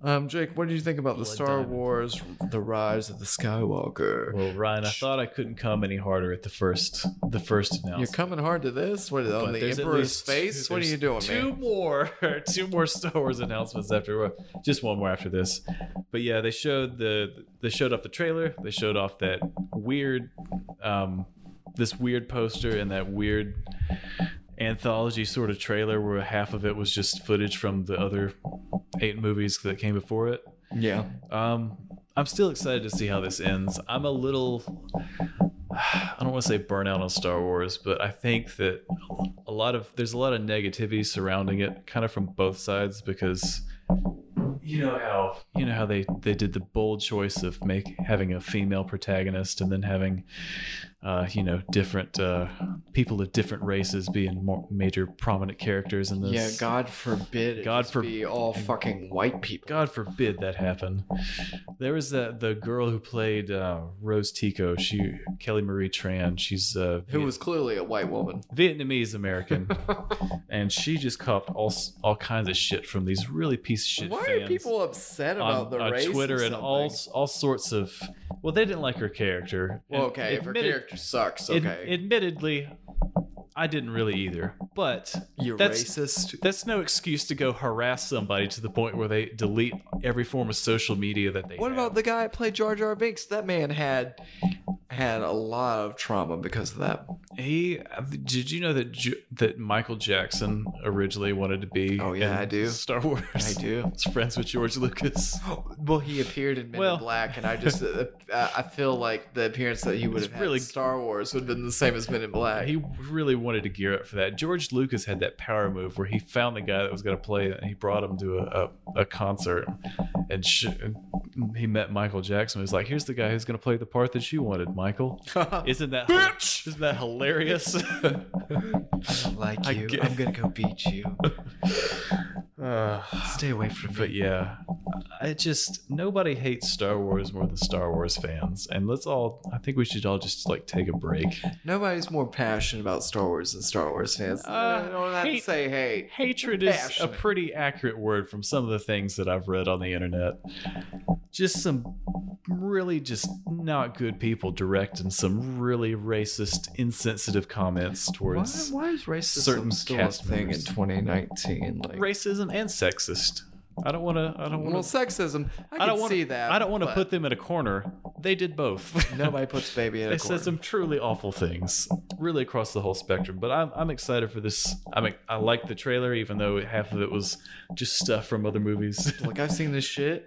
S3: Um, Jake, what do you think about the
S1: Blood
S3: Star
S1: diamond.
S3: Wars: The Rise of the Skywalker?
S1: Well, Ryan, I thought I couldn't come any harder at the first the first announcement.
S3: You're coming hard to this. What
S1: But
S3: on the
S1: Oh, there's at
S3: Emperor's
S1: least-
S3: face? What are
S1: there's
S3: you doing,
S1: Two
S3: man?
S1: more, two more Star Wars announcements after just one more after this. But yeah, they showed the they showed off the trailer. They showed off that weird, um, this weird poster and that weird anthology sort of trailer where half of it was just footage from the other eight movies that came before it.
S3: Yeah.
S1: Um, I'm still excited to see how this ends. I'm a little, I don't want to say burnout on Star Wars, but I think that a lot of there's a lot of negativity surrounding it, kind of from both sides, because you know how you know how they they did the bold choice of make having a female protagonist and then having uh, you know different uh, people of different races being more major prominent characters in this.
S3: Yeah, God forbid. It
S1: God
S3: just
S1: forb-
S3: be all fucking white people.
S1: God forbid that happen. There was that the girl who played uh, Rose Tico. She Kelly Marie Tran. She's uh,
S3: Who was clearly a white woman.
S1: Vietnamese American, and she just copped all s- all kinds of shit from these really piece of shit
S3: Why
S1: fans
S3: are people upset about
S1: on,
S3: the
S1: on
S3: race?
S1: Twitter
S3: or
S1: and all
S3: something?
S1: s- all sorts of. Well, they didn't like her character.
S3: Well,
S1: And
S3: okay, if her
S1: admitted-
S3: character sucks,
S1: ad-
S3: okay.
S1: admittedly, I didn't really either, but
S3: You're
S1: that's
S3: racist.
S1: that's no excuse to go harass somebody to the point where they delete every form of social media that they.
S3: What
S1: have.
S3: about the guy that played Jar Jar Binks? That man had had a lot of trauma because of that.
S1: He did you know that Ju- that Michael Jackson originally wanted to be?
S3: Oh, yeah,
S1: in
S3: I do.
S1: Star Wars.
S3: I do.
S1: Was friends with George Lucas.
S3: Well, he appeared in Men
S1: Well-
S3: in Black, and I just uh, uh, I feel like the appearance that he would
S1: It's
S3: have had
S1: really-
S3: in Star Wars would have been the same as Men in Black.
S1: He really wanted to gear up for that. George Lucas had that power move where he found the guy that was going to play it, and he brought him to a, a, a concert, and sh- he met Michael Jackson. He was like, "Here's the guy who's going to play the part that you wanted, Michael." Isn't that bitch? Isn't that hilarious?
S3: like
S1: I
S3: you,
S1: get-
S3: I'm gonna go beat you. Stay away from
S1: But
S3: me.
S1: yeah, I just nobody hates Star Wars more than Star Wars fans, and let's all. I think we should all just like take a break.
S3: Nobody's more passionate about Star Wars than Star Wars fans.
S1: Uh,
S3: I don't have to
S1: hate-
S3: say, hey,
S1: Hatred is a
S3: Passionate.
S1: pretty accurate word from some of the things that I've read on the internet. Just some really just not good people directing some really racist, insensitive comments
S3: why,
S1: towards
S3: why is racism
S1: certain
S3: still a
S1: cast
S3: thing in
S1: members.
S3: 2019? Like,
S1: racism and sexist. I don't want to. I don't
S3: well,
S1: want to.
S3: sexism. I,
S1: I
S3: can
S1: don't want
S3: see that.
S1: I don't want to
S3: but
S1: put them in a corner. They did both.
S3: Nobody puts baby in a
S1: They said
S3: corner.
S1: some truly awful things, really across the whole spectrum. But I'm, I'm excited for this. I mean, I like the trailer, even though half of it was just stuff from other movies.
S3: Like I've seen this shit.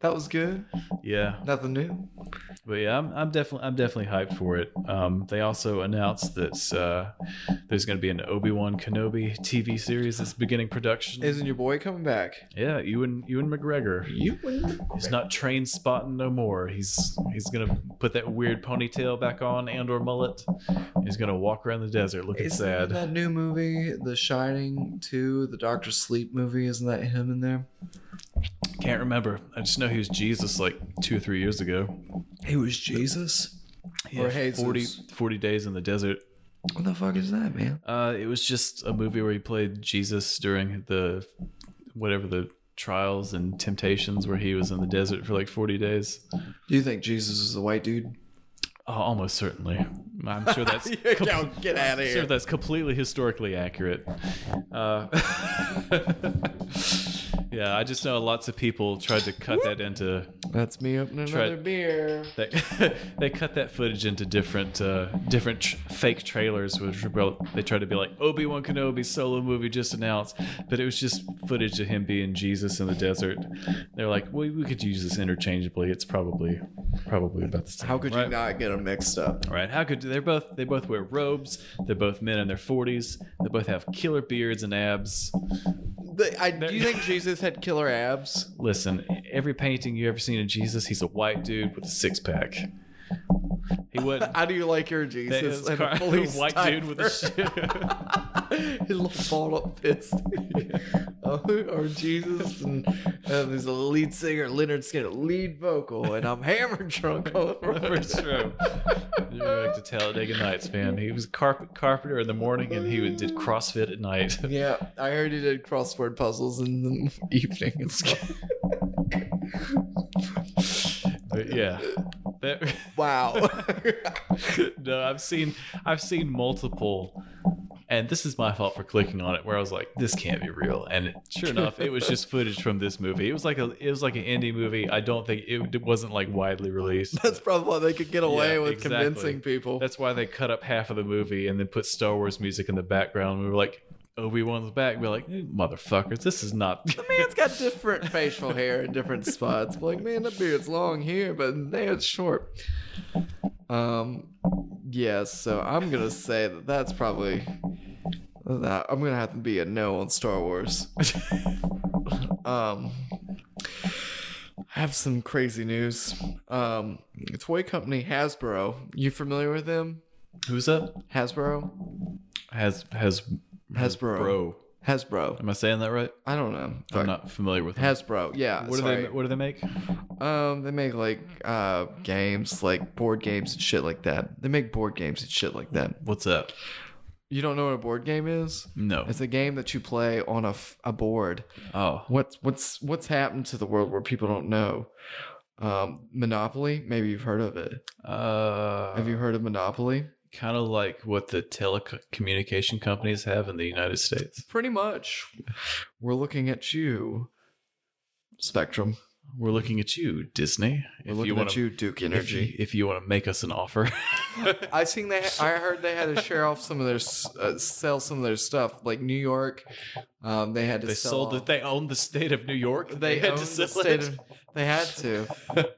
S3: That was good.
S1: yeah,
S3: Nothing new.
S1: but yeah, I'm, I'm definitely I'm definitely hyped for it. Um, they also announced that uh, there's going to be an Obi Wan Kenobi TV series that's beginning production.
S3: Isn't your boy coming back?
S1: yeah, Ewan Ewan McGregor.
S3: You
S1: He's not train spotting no more. He's he's gonna put that weird ponytail back on and or mullet. He's gonna walk around the desert looking
S3: Isn't
S1: sad.
S3: that new movie, The Shining 2, the Doctor Sleep movie, isn't that him in there?
S1: Can't remember. I just know he was Jesus like two or three years ago.
S3: It was Jesus.
S1: Yeah,
S3: Or Jesus.
S1: 40, 40 days in the desert.
S3: What the fuck is that, man?
S1: Uh, it was just a movie where he played Jesus during the whatever the trials and temptations where he was in the desert for like 40 days.
S3: Do you think Jesus is a white dude?
S1: Oh, almost certainly. I'm sure that's
S3: Yo, get out of
S1: sure that's completely historically accurate. Uh, yeah, I just know lots of people tried to cut that into
S3: That's me opening
S1: Try-
S3: another beer.
S1: they, they cut that footage into different uh, different tr- fake trailers, which were, built- they tried to be like Obi Wan Kenobi solo movie just announced, but it was just footage of him being Jesus in the desert. They're like, well, we could use this interchangeably. It's probably probably about the same.
S3: How could
S1: right?
S3: you not get them mixed up?
S1: Right? How could they're both they both wear robes? They're both men in their forties. They both have killer beards and abs.
S3: They- I, do you think Jesus had killer abs?
S1: Listen, every painting you ever seen of Jesus, he's a white dude with a six pack. He wasn't.
S3: How do you like your Jesus?
S1: It's
S3: and a
S1: car-
S3: police
S1: white dude with a
S3: diaper?
S1: shit.
S3: His little balled up fist. Oh, or Jesus and, and there's a lead singer, Leonard Skinner, lead vocal, and I'm hammer drunk all over.
S1: That's true. You're back to Talladega Nights, man. He was carpet carpenter in the morning, and he did CrossFit at night.
S3: Yeah, I heard he did crossword puzzles in the evening. and stuff.
S1: But yeah, that,
S3: wow.
S1: no, I've seen I've seen multiple, and this is my fault for clicking on it. Where I was like, this can't be real, and sure enough, it was just footage from this movie. It was like a it was like an indie movie. I don't think it, it wasn't like widely released.
S3: That's probably why they could get away
S1: Yeah,
S3: with
S1: exactly.
S3: convincing people.
S1: That's why they cut up half of the movie and then put Star Wars music in the background. We were like, Obi Wan's back. We're like, "Eh, motherfuckers, this is not.
S3: Man's got different facial hair in different spots. Like, man, that beard's long here, but there it's short. Um, yeah, so I'm gonna say that that's probably. That I'm gonna have to be a no on Star Wars. um, I have some crazy news. Um, toy company Hasbro. You familiar with them?
S1: Who's up?
S3: Hasbro.
S1: Has has
S3: Hasbro.
S1: bro?
S3: Hasbro.
S1: Am I saying that right?
S3: I don't know.
S1: I'm
S3: Fuck.
S1: not familiar with. them.
S3: Hasbro. Yeah.
S1: What do
S3: sorry.
S1: they? What do they make?
S3: Um, they make like uh games, like board games and shit like that. They make board games and shit like that.
S1: What's up?
S3: You don't know what a board game is?
S1: No.
S3: It's a game that you play on a, f- a board.
S1: oh,
S3: What's what's what's happened to the world where people don't know? Um, Monopoly. Maybe you've heard of it.
S1: uh,
S3: Have you heard of Monopoly?
S1: kind of like what the telecommunication companies have in the United States.
S3: Pretty much. We're looking at you, Spectrum.
S1: We're looking at you, Disney.
S3: We're looking
S1: wanna-
S3: at you, Duke
S1: If you,
S3: Energy.
S1: if you want to make us an offer,
S3: I seen they. I heard they had to share off some of their, s- uh, sell some of their stuff. Like New York, um, they had to
S1: they
S3: sell
S1: sold
S3: off-
S1: it. They owned the state of New York.
S3: They owned the state of. They had to.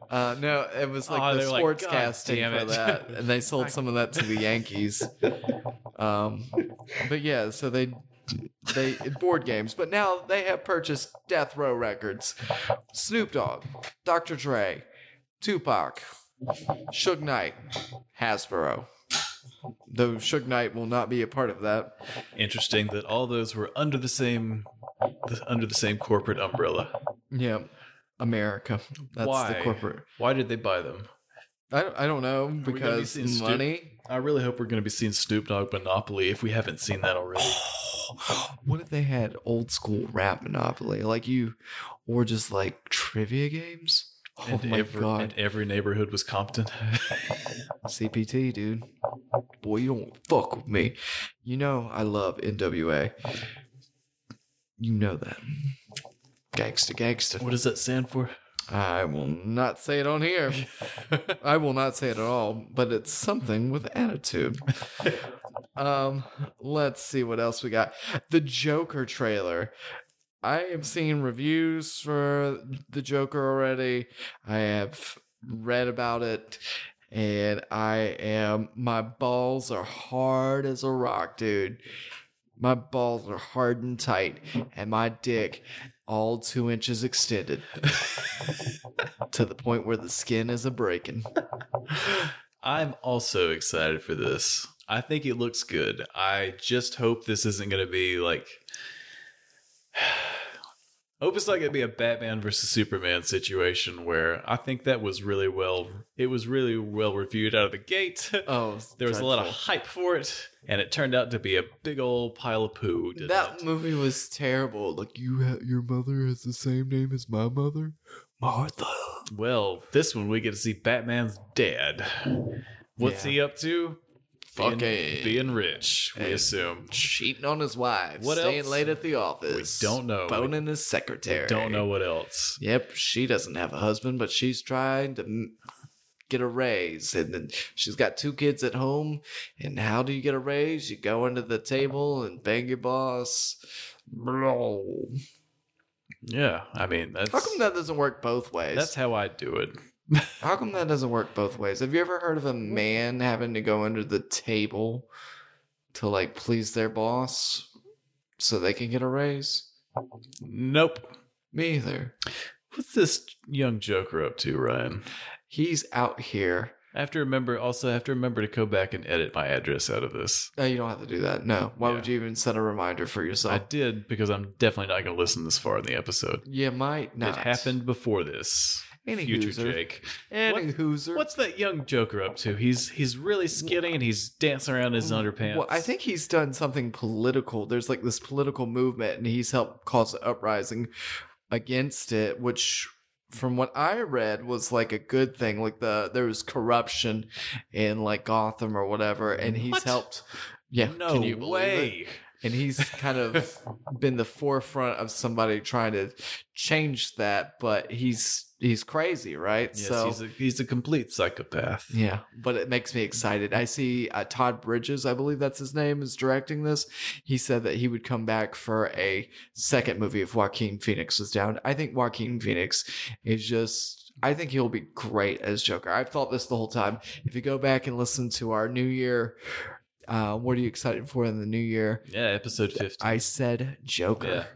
S3: Uh, no, it was like
S1: Oh,
S3: the
S1: they're like,
S3: sports
S1: "God
S3: casting
S1: damn
S3: for
S1: it."
S3: that, and they sold some of that to the Yankees. Um, but yeah, so they they board games, but now they have purchased Death Row Records, Snoop Dogg, Dr. Dre, Tupac, Suge Knight, Hasbro. Though Suge Knight will not be a part of that.
S1: Interesting that all those were under the same the, under the same corporate umbrella.
S3: Yeah, America. That's
S1: Why?
S3: the corporate.
S1: Why did they buy them?
S3: I don't, I don't know
S1: be
S3: because
S1: seeing Snoop-
S3: money.
S1: I really hope we're going to be seeing Snoop Dogg Monopoly if we haven't seen that already.
S3: What if they had old school rap Monopoly, like you, or just like trivia games? Oh
S1: and,
S3: my
S1: every, and
S3: god,
S1: every neighborhood was Compton.
S3: CPT, dude. Boy, you don't fuck with me. You know I love NWA. You know that. Gangsta, gangsta.
S1: what does that stand for?
S3: I will not say it on here. I will not say it at all, but it's something with attitude. Um, let's see what else we got. The Joker trailer. I have seen reviews for the Joker already. I have read about it and I am my balls are hard as a rock, dude. My balls are hard and tight and my dick all 2 inches extended to the point where the skin is a breaking.
S1: I'm also excited for this. I think it looks good. I just hope this isn't going to be like. Hope it's not going to be a Batman versus Superman situation where I think that was really well. It was really well reviewed out of the gate.
S3: Oh,
S1: there was a lot of hype for it, and it turned out to be a big old pile of poo. Didn't
S3: that
S1: it?
S3: movie was terrible. Like you, ha- your mother has the same name as my mother, Martha.
S1: Well, this one we get to see Batman's dad. What's
S3: Yeah.
S1: he up to? Being-
S3: Fucking-
S1: being rich, we
S3: Hey.
S1: assume.
S3: Cheating on his wife,
S1: What
S3: staying
S1: else?
S3: late at the office.
S1: We don't know.
S3: Boning his secretary.
S1: Don't know what else.
S3: Yep, she doesn't have a husband, but she's trying to m- get a raise, and then she's got two kids at home. And how do you get a raise? You go under the table and bang your boss. Blah.
S1: Yeah, I mean that's
S3: How come that doesn't work both ways?
S1: that's how I do it.
S3: How come that doesn't work both ways? Have you ever heard of a man having to go under the table to like please their boss so they can get a raise?
S1: Nope.
S3: Me either.
S1: What's this young Joker up to, Ryan?
S3: He's out here.
S1: I have to remember. Also, I have to remember to go back and edit my address out of this.
S3: No, you don't have to do that. No. Why
S1: Yeah.
S3: would you even set a reminder for
S1: I
S3: yourself?
S1: did because I'm definitely not going to listen this far in the episode.
S3: you might not.
S1: It happened before this.
S3: Any
S1: Future
S3: hooser.
S1: Jake.
S3: Any
S1: What-
S3: hooser.
S1: What's that young Joker up to? He's he's really skinny and he's dancing around in his underpants.
S3: Well, I think he's done something political. There's like this political movement, and he's helped cause an uprising against it, which, from what I read, was like a good thing. Like the there was corruption in like Gotham or whatever, and he's
S1: What?
S3: helped. Yeah,
S1: no
S3: can you believe
S1: way.
S3: it? And he's kind of been the forefront of somebody trying to change that, but he's he's crazy, right?
S1: Yes,
S3: so
S1: he's a, he's a complete psychopath.
S3: yeah, but it makes me excited. I see uh, Todd Bridges, I believe that's his name, is directing this. He said that he would come back for a second movie if Joaquin Phoenix was down. I think Joaquin Phoenix is just. I think he'll be great as Joker. I've thought this the whole time. If you go back and listen to our New Year, uh, what are you excited for in the New Year?
S1: Yeah, episode 15. I,
S3: I said Joker.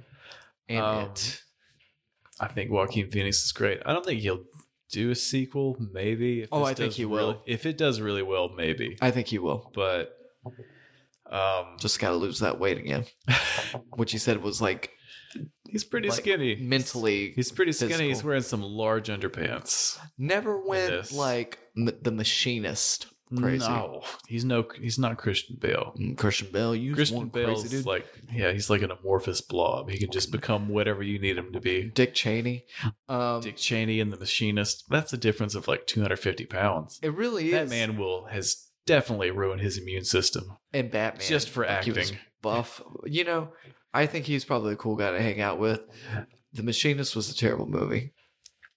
S3: And
S1: Um,
S3: it.
S1: think Joaquin Phoenix is great. I don't think he'll do a sequel, maybe. If
S3: Oh,
S1: this
S3: I think
S1: does
S3: he will.
S1: really- if it does really well, maybe.
S3: I think he will.
S1: but um,
S3: Just got to lose that weight again, which he said was like
S1: he's pretty
S3: like,
S1: skinny.
S3: mentally.
S1: he's pretty skinny. He's
S3: physical.
S1: wearing some large underpants.
S3: Never went
S1: this.
S3: like m- the machinist crazy.
S1: No, he's no. He's not Christian Bale.
S3: Mm, Christian Bale, you
S1: Christian
S3: one
S1: Bale's
S3: crazy dude.
S1: like, yeah, he's like an amorphous blob. He can just become whatever you need him to be.
S3: Dick Cheney. Um,
S1: Dick Cheney and the Machinist. That's a difference of like 250 pounds.
S3: It really is.
S1: That man will has definitely ruin his immune system.
S3: and Batman
S1: Just for
S3: like, he was
S1: acting.
S3: buff. You know, I think he's probably a cool guy to hang out with. The Machinist was a terrible movie.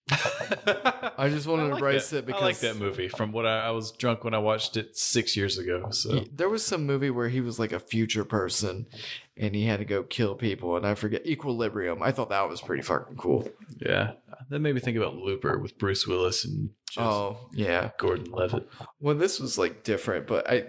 S3: I just wanted
S1: I like
S3: to embrace
S1: that-
S3: it because
S1: I like that movie. From what I, I was drunk when I watched it six years ago. So
S3: He- there was some movie where he was like a future person and he had to go kill people and I forget Equilibrium. I thought that was pretty fucking cool.
S1: yeah, that made me think about Looper with Bruce Willis and just
S3: Oh, yeah.
S1: Gordon Levitt.
S3: Well, this was like different, but I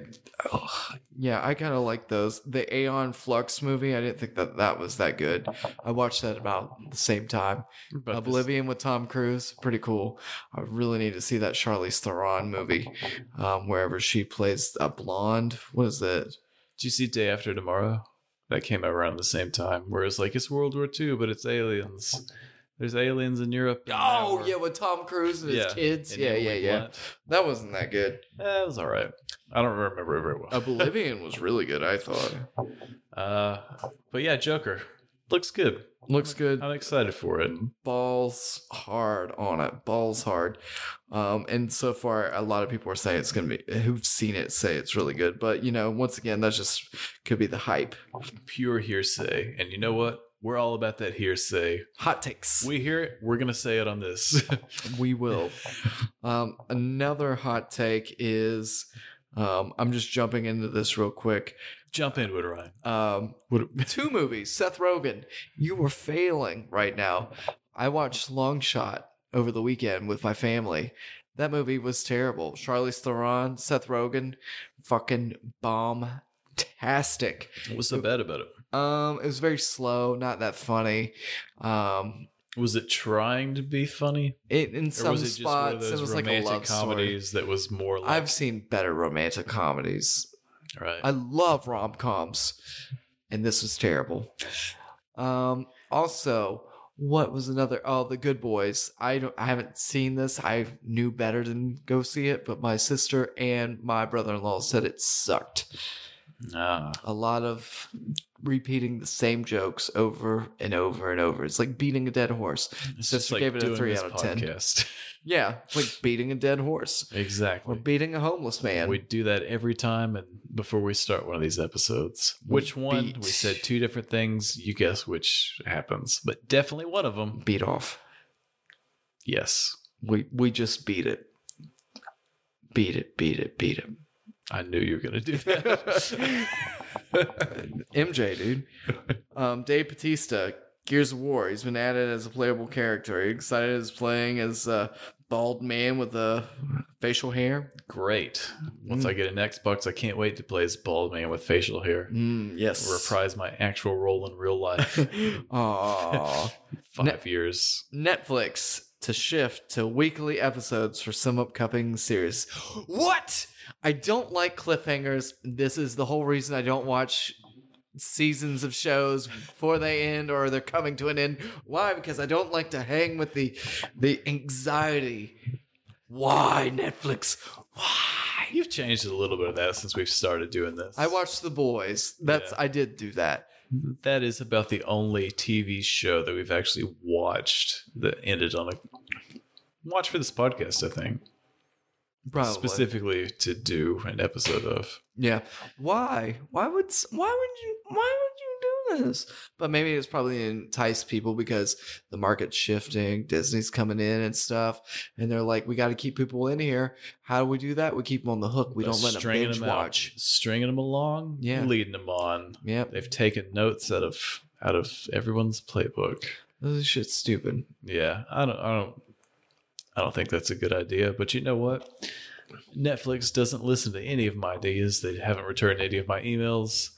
S3: yeah, I kind of like those. The Aeon Flux movie, I didn't think that that was that good. I watched that about the same time.
S1: But this-
S3: Oblivion with Tom Cruise, pretty cool. I really need to see that Charlize Theron movie, um, wherever she plays a blonde. What is it?
S1: Did you see Day After Tomorrow? That came out around the same time. Where it's like it's World War II, but it's aliens. There's aliens in Europe. and now
S3: Oh
S1: we're-
S3: yeah, with Tom Cruise and his
S1: Yeah,
S3: kids.
S1: and
S3: Yeah, yeah,
S1: Emily
S3: yeah.
S1: Blunt.
S3: That wasn't that good.
S1: Eh, it was all right. I don't remember it very well.
S3: Oblivion was really good. I thought Oh.
S1: Uh, but yeah, Joker looks good.
S3: looks good.
S1: I'm excited for it.
S3: balls hard on it. Balls hard. Um, and so far, a lot of people are saying it's going to be, who've seen it say it's really good. But, you know, once again, that's just could be the hype.
S1: Pure hearsay, and you know what? We're all about that hearsay.
S3: Hot takes. We,
S1: We hear it. We're gonna say it on this.
S3: will. um, another hot take is um, I'm just jumping into this real quick.
S1: Jump in, Wood Ryan.
S3: Um, two movies. Seth Rogen, you were failing right now. I watched Long Shot over the weekend with my family. That movie was terrible. Charlize Theron, Seth Rogen, fucking bomb. Tastic.
S1: What's so bad about it?
S3: Um, it was very slow, not that funny. Um,
S1: Was it trying to be funny,
S3: it in
S1: or
S3: some
S1: was it just one of
S3: spots
S1: those
S3: it was like a
S1: romantic
S3: love comedy.
S1: comedies that was more like?
S3: I've seen better romantic comedies.
S1: right.
S3: I love rom coms, and this was terrible. Um, also, what was another? Oh, The Good Boys. I don't. I haven't seen this. I knew better than go see it, but my sister and my brother in law said it sucked.
S1: Ah.
S3: A lot of repeating the same jokes over and over and over. It's like beating a dead horse.
S1: It's
S3: Sister gave it a
S1: doing
S3: three
S1: this
S3: out of 10.
S1: podcast.
S3: Yeah, it's like beating a dead horse or
S1: exactly.
S3: beating a homeless man.
S1: We do that every time and before we start one of these episodes. Which one?
S3: beat.
S1: We said two different things. You guess which happens, but definitely one of them.
S3: beat off.
S1: Yes.
S3: We we just beat it. Beat it, beat it, beat it.
S1: I knew you were going to do that.
S3: MJ, dude. Um, Dave Batista, Gears of War. He's been added as a playable character. Are you excited as playing as a bald man with a facial hair?
S1: Great. Once
S3: Mm.
S1: I get an Xbox, I can't wait to play as Bald Man with facial hair.
S3: Mm, yes.
S1: Reprise my actual role in real life.
S3: Aw.
S1: Five years.
S3: Netflix to shift to weekly episodes for some upcoming series. What? I don't like cliffhangers. This is the whole reason I don't watch seasons of shows before they end or they're coming to an end. Why? Because I don't like to hang with the the anxiety. Why Netflix? Why?
S1: You've changed a little bit of that since we've started doing this.
S3: I watched The Boys. That's I did do that.
S1: That is about the only TV show that we've actually watched that ended on a watch for this podcast, I think.
S3: Probably.
S1: Specifically to do an episode of.
S3: Yeah. Why? Why would s- why would you why would you do this? But maybe it's probably to entice people because the market's shifting, Disney's coming in and stuff, and they're like, we got to keep people in here. How do we do that? We keep them on the hook. We don't let them
S1: Stringing
S3: binge
S1: out,
S3: watch.
S1: Stringing them along,
S3: Yeah.
S1: leading them on.
S3: Yep.
S1: They've taken notes out of out of everyone's playbook.
S3: This shit's stupid.
S1: Yeah, I don't, I don't, I don't think that's a good idea. But you know what? Netflix doesn't listen to any of my ideas. They haven't returned any of my emails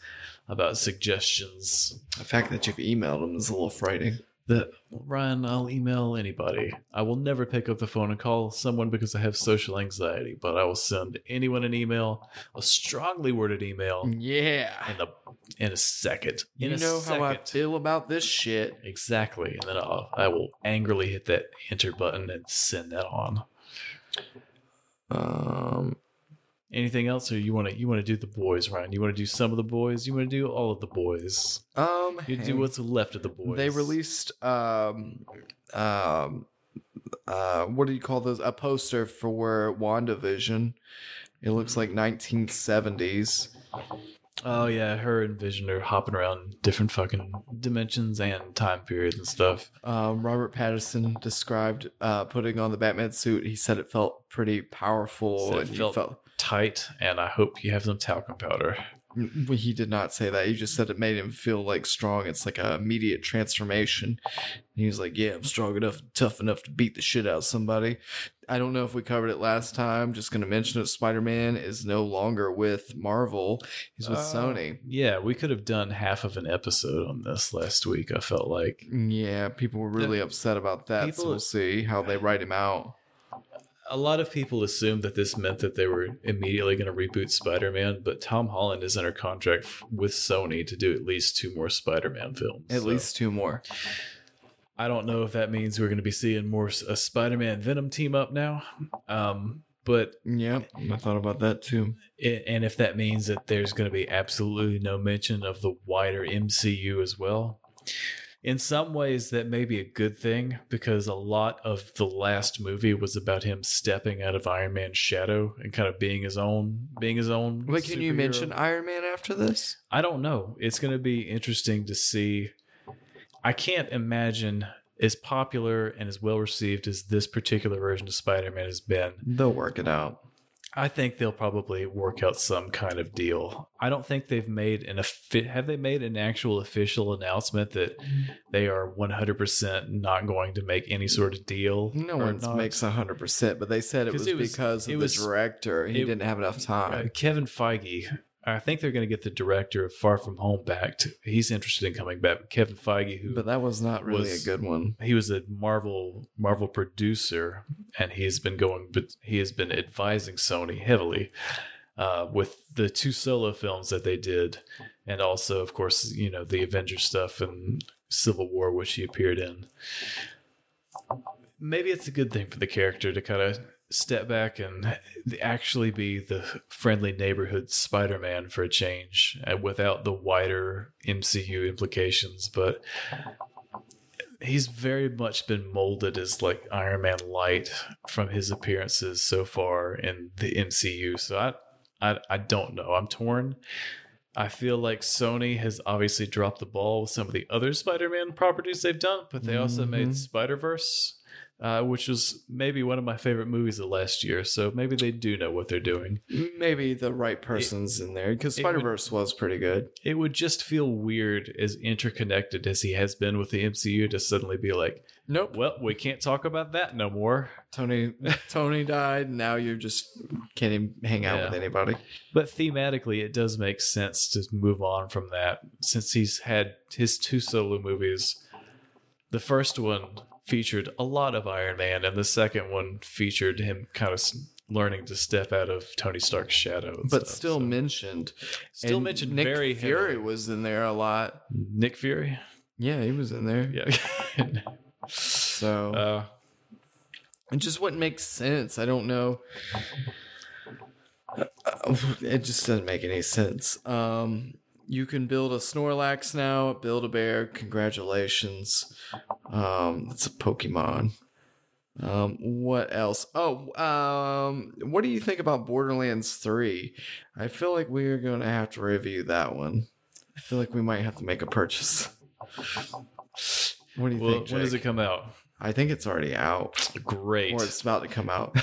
S1: about suggestions.
S3: The fact that you've emailed them is a little frightening.
S1: That Ryan, I'll email anybody. I will never pick up the phone and call someone because I have social anxiety. But I will send anyone an email, a strongly worded email,
S3: Mm. Yeah.
S1: in a in a second. Oh, In
S3: you
S1: a
S3: know how I
S1: second.
S3: feel about this shit.
S1: Exactly, and then I'll, I will angrily hit that enter button and send that on.
S3: Um.
S1: Anything else, or you want to you want to do the boys, Ryan? You want to do some of the boys? You want to do all of the boys?
S3: Um.
S1: You do
S3: hang
S1: what's left of the boys.
S3: They released um um uh what do you call those a poster for WandaVision It looks like 1970s.
S1: Oh yeah, her and Vision are hopping around different fucking dimensions and time periods and stuff.
S3: Um, Robert Pattinson described uh, putting on the Batman suit. He said it felt pretty powerful.
S1: Said it
S3: and you
S1: felt-
S3: felt
S1: Tight, and I hope you have some talcum powder.
S3: Mm, well, he did not say that. He just said it made him feel like strong. It's like a immediate transformation. And he was like, "Yeah, I'm strong enough, tough enough to beat the shit out of somebody." I don't know if we covered it last time. Just going to mention it. Spider Man is no longer with Marvel. He's with
S1: Uh,
S3: Sony.
S1: Yeah, we could have done half of an episode on this last week. I felt like
S3: Yeah, people were really upset about that. so
S1: people-
S3: we'll see how they write him out.
S1: a lot of people assumed that this meant that they were immediately going to reboot Spider-Man, but Tom Holland is under contract with Sony to do at least two more Spider-Man films.
S3: At
S1: so
S3: least two more.
S1: I don't know if that means we're going to be seeing more s- a Spider-Man Venom team up now. Um, but
S3: Yep, I thought about that too.
S1: i- and if that means that there's going to be absolutely no mention of the wider MCU as well. In some ways, that may be a good thing because a lot of the last movie was about him stepping out of Iron Man's shadow and kind of being his own, being his own.
S3: Wait, can you
S1: superhero.
S3: mention Iron Man after this?
S1: I don't know. It's going to be interesting to see. I can't imagine as popular and as well received as this particular version of Spider Man has been.
S3: They'll work it out.
S1: I think they'll probably work out some kind of deal. I don't think they've made an offi- have they made an actual official announcement that they are 100% not going to make any sort of deal.
S3: No
S1: or
S3: one
S1: not.
S3: makes hundred percent, but they said it
S1: 'Cause
S3: was,
S1: it was-
S3: because of
S1: it
S3: the
S1: was-
S3: director. He
S1: it-
S3: didn't have enough
S1: Uh,
S3: time.
S1: Kevin Feige. I think they're going to get the director of Far From Home back. To, he's interested in coming back. Kevin Feige, who
S3: But that was not really
S1: was-
S3: a good one.
S1: he was a Marvel Marvel producer, and he's been going, but he has been advising Sony heavily uh, with the two solo films that they did, and also, of course, you know the Avengers stuff and Civil War, which he appeared in. Maybe it's a good thing for the character to kind of step back and actually be the friendly neighborhood Spider-Man for a change, uh, without the wider MCU implications, but he's very much been molded as like Iron Man light from his appearances so far in the MCU. So I I, I don't know. I'm torn. I feel like Sony has obviously dropped the ball with some of the other Spider-Man properties they've done, but they also made
S3: Mhm.
S1: Spider-Verse, uh, which was maybe one of my favorite movies of last year. So maybe they do know what they're doing.
S3: Maybe the right person's in there because
S1: it would-
S3: Spider Verse was pretty good.
S1: it would just feel weird as interconnected as he has been with the MCU to suddenly be like,
S3: Nope.
S1: well, we can't talk about that no more.
S3: Tony Tony died. and Now you just can't even hang out
S1: Yeah.
S3: with anybody.
S1: But thematically, it does make sense to move on from that since he's had his two solo movies. The first one featured a lot of Iron Man, and the second one featured him kind of s- learning to step out of Tony Stark's shadow. and
S3: But
S1: stuff, so.
S3: still mentioned.
S1: still
S3: And
S1: mentioned
S3: Nick
S1: very
S3: Fury
S1: heavily.
S3: was in there a lot.
S1: Nick Fury.
S3: Yeah, he was in there.
S1: Yeah.
S3: So
S1: uh,
S3: it just wouldn't make sense. I don't know. Uh, It just doesn't make any sense. Um, you can build a Snorlax now, build a bear. Congratulations. Um, it's a Pokemon. Um, what else? Oh, um, what do you think about Borderlands 3? I feel like we're gonna have to review that one. I feel like we might have to make a purchase. What do you
S1: well,
S3: think?
S1: when does it
S3: Jake?
S1: come out?
S3: I think it's already out
S1: Great.
S3: or it's about to come out.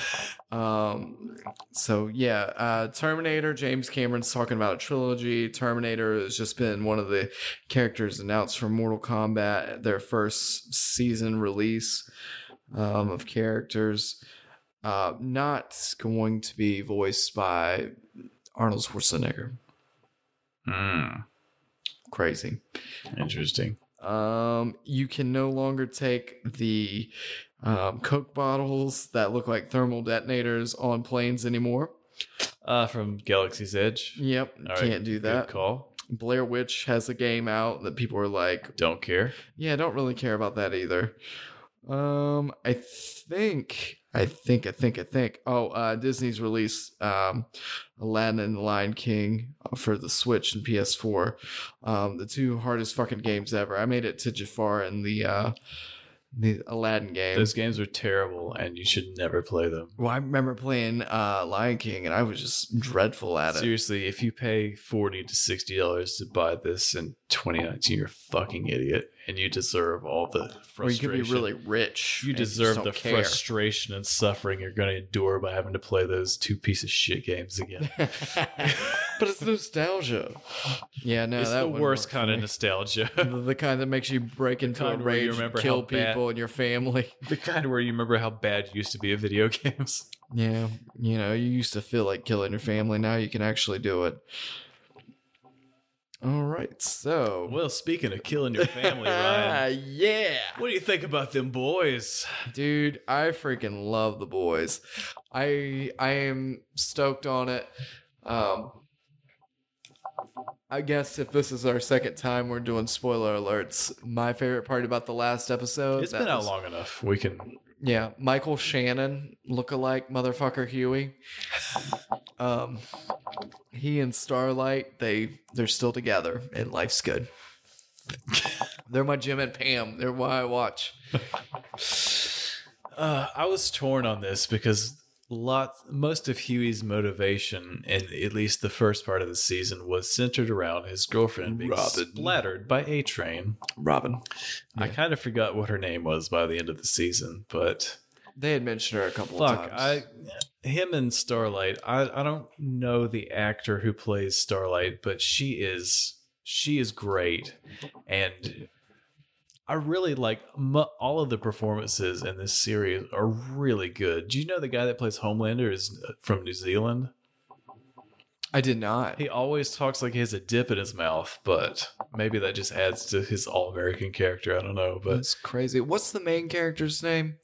S3: um, so yeah, uh, Terminator. James Cameron's talking about a trilogy. Terminator has just been one of the characters announced for Mortal Kombat at their first season release um, of characters. Uh, not going to be voiced by Arnold Schwarzenegger.
S1: Mm,
S3: Crazy.
S1: interesting.
S3: Um, you can no longer take the um, Coke bottles that look like thermal detonators on planes anymore.
S1: Uh, from Galaxy's Edge.
S3: Yep,
S1: All right,
S3: can't do that.
S1: Good call.
S3: Blair Witch has a game out that people are like,
S1: Don't care.
S3: yeah, I don't really care about that either. Um, I think, I think, I think, I think. Oh, uh, Disney's released um, Aladdin and the Lion King uh, for the Switch and PS4. Um, the two hardest fucking games ever. I made it to Jafar and the uh, the Aladdin game.
S1: Those games are terrible, and you should never play them.
S3: well, I remember playing uh, Lion King, and I was just dreadful at it.
S1: Seriously, if you pay forty to sixty dollars to buy this in 2019, you're a fucking idiot, and you deserve all the
S3: Or you
S1: frustration.
S3: could be really rich.
S1: You
S3: and just
S1: deserve
S3: don't
S1: the
S3: care.
S1: frustration and suffering you're going to endure by having to play those two piece of shit games again.
S3: but it's nostalgia. Yeah, no,
S1: it's
S3: that
S1: the
S3: wouldn't
S1: worst
S3: work for
S1: kind of
S3: me.
S1: nostalgia.
S3: The- the kind that makes you break into a
S1: Kind where you
S3: rage and
S1: remember
S3: kill
S1: how bad-
S3: people and your family.
S1: the kind where you remember how bad you used to be at video games.
S3: Yeah, you know, you used to feel like killing your family. Now you can actually do it. All right, so
S1: Well, speaking of killing your family, Ryan,
S3: yeah,
S1: what do you think about them boys?
S3: dude, I freaking love the boys. I I am stoked on it. Um, I guess if this is our second time we're doing spoiler alerts, my favorite part about the last episode
S1: It's
S3: that
S1: been out
S3: was-
S1: long enough. We can.
S3: Yeah, Michael Shannon lookalike motherfucker Huey. um, he and Starlight they they're still together and life's good. they're my Jim and Pam. They're why I watch.
S1: Uh, I was torn on this because lot most of Huey's motivation, in at least the first part of the season, was centered around his girlfriend being
S3: Robin.
S1: splattered by A Train.
S3: Robin.
S1: I kind of forgot what her name was by the end of the season, but
S3: They had mentioned her a couple
S1: fuck,
S3: of
S1: I
S3: times.
S1: him and Starlight. I I don't know the actor who plays Starlight, but she is she is great, and I really like mu all of the performances in this series are really good. Do you know the guy that plays Homelander is uh, from New Zealand?
S3: I did not.
S1: He always talks like he has a dip in his mouth, but maybe that just adds to his all American character. I don't know, but
S3: That's crazy. What's the main character's name?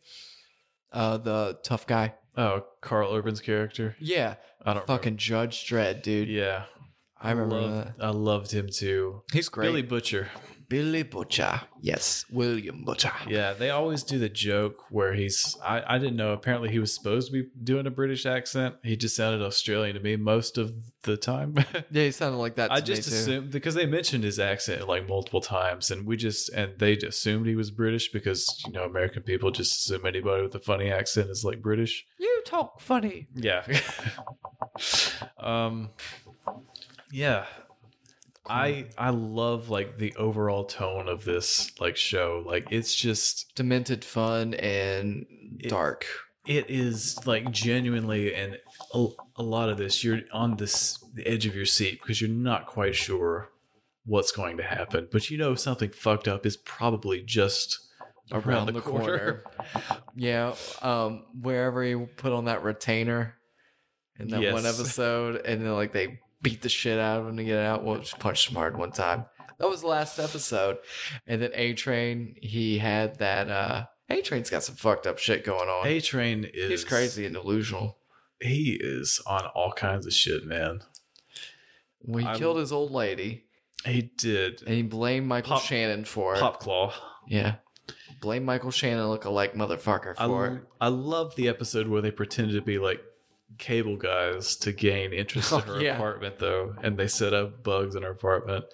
S3: Uh, the tough guy.
S1: oh, Carl Urban's character.
S3: Yeah,
S1: I don't
S3: fucking Judge Dredd, dude.
S1: Yeah,
S3: I remember
S1: loved,
S3: that.
S1: I loved him too.
S3: He's great.
S1: Billy Butcher.
S3: Billy Butcher. Yes, William Butcher.
S1: Yeah, they always do the joke where he's. I, I didn't know. Apparently, he was supposed to be doing a British accent. He just sounded Australian to me most of the time.
S3: Yeah, he sounded like that. To
S1: I just
S3: me too.
S1: assumed because they mentioned his accent like multiple times, and we just and they assumed he was British because you know American people just assume anybody with a funny accent is like British.
S3: You talk funny.
S1: Yeah. um yeah. I I love like the overall tone of this like show. Like it's just
S3: Demented fun and dark.
S1: it is like genuinely and a, a lot of this you're on this the edge of your seat because you're not quite sure what's going to happen, but you know something fucked up is probably just around, the, corner.
S3: yeah. Um, wherever he put on that retainer in that one
S1: Yes.
S3: episode, and then like they beat the shit out of him to get it out. Well, just punched him hard one time. That was the last episode. And then A Train, he had that uh A Train's got some fucked up shit going on.
S1: A Train is
S3: He's crazy and delusional.
S1: He is on all kinds of shit, man.
S3: Well, he
S1: I'm-
S3: killed his old lady
S1: He did
S3: and he blamed Michael
S1: Pop-
S3: Shannon for it.
S1: Pop Claw.
S3: Yeah. Blame Michael Shannon lookalike motherfucker
S1: I,
S3: for
S1: l- I love the episode where they pretended to be like cable guys to gain interest
S3: Oh,
S1: in her
S3: yeah.
S1: apartment, though, and they set up bugs in her apartment.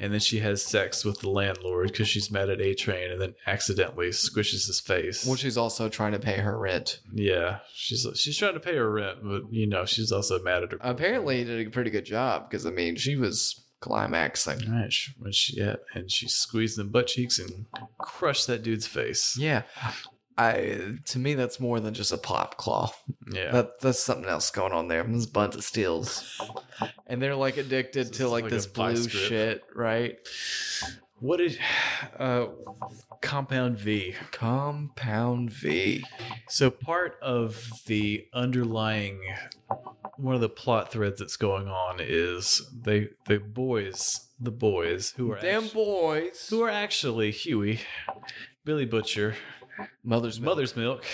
S1: And then she has sex with the landlord because she's mad at A Train, and then accidentally squishes his face.
S3: Well, she's also trying to pay her rent.
S1: yeah, she's she's trying to pay her rent, but you know she's also mad at her.
S3: Apparently, he did a pretty good job because, I mean, she was climaxing.
S1: Right, she- when she yeah, and she squeezed them butt cheeks and crushed that dude's face.
S3: Yeah. I to me that's more than just a pop claw.
S1: Yeah,
S3: That that's something else going on there. There's a bunch of steals, and they're like addicted
S1: This
S3: to
S1: is
S3: like,
S1: like
S3: this
S1: a vice
S3: blue
S1: grip.
S3: shit, right?
S1: what did uh, Compound V?
S3: Compound V.
S1: So part of the underlying one of the plot threads that's going on is they the boys the boys who are
S3: Them
S1: actu-
S3: boys.
S1: who are actually Huey, Billy Butcher,
S3: mother's milk.
S1: Mother's Milk,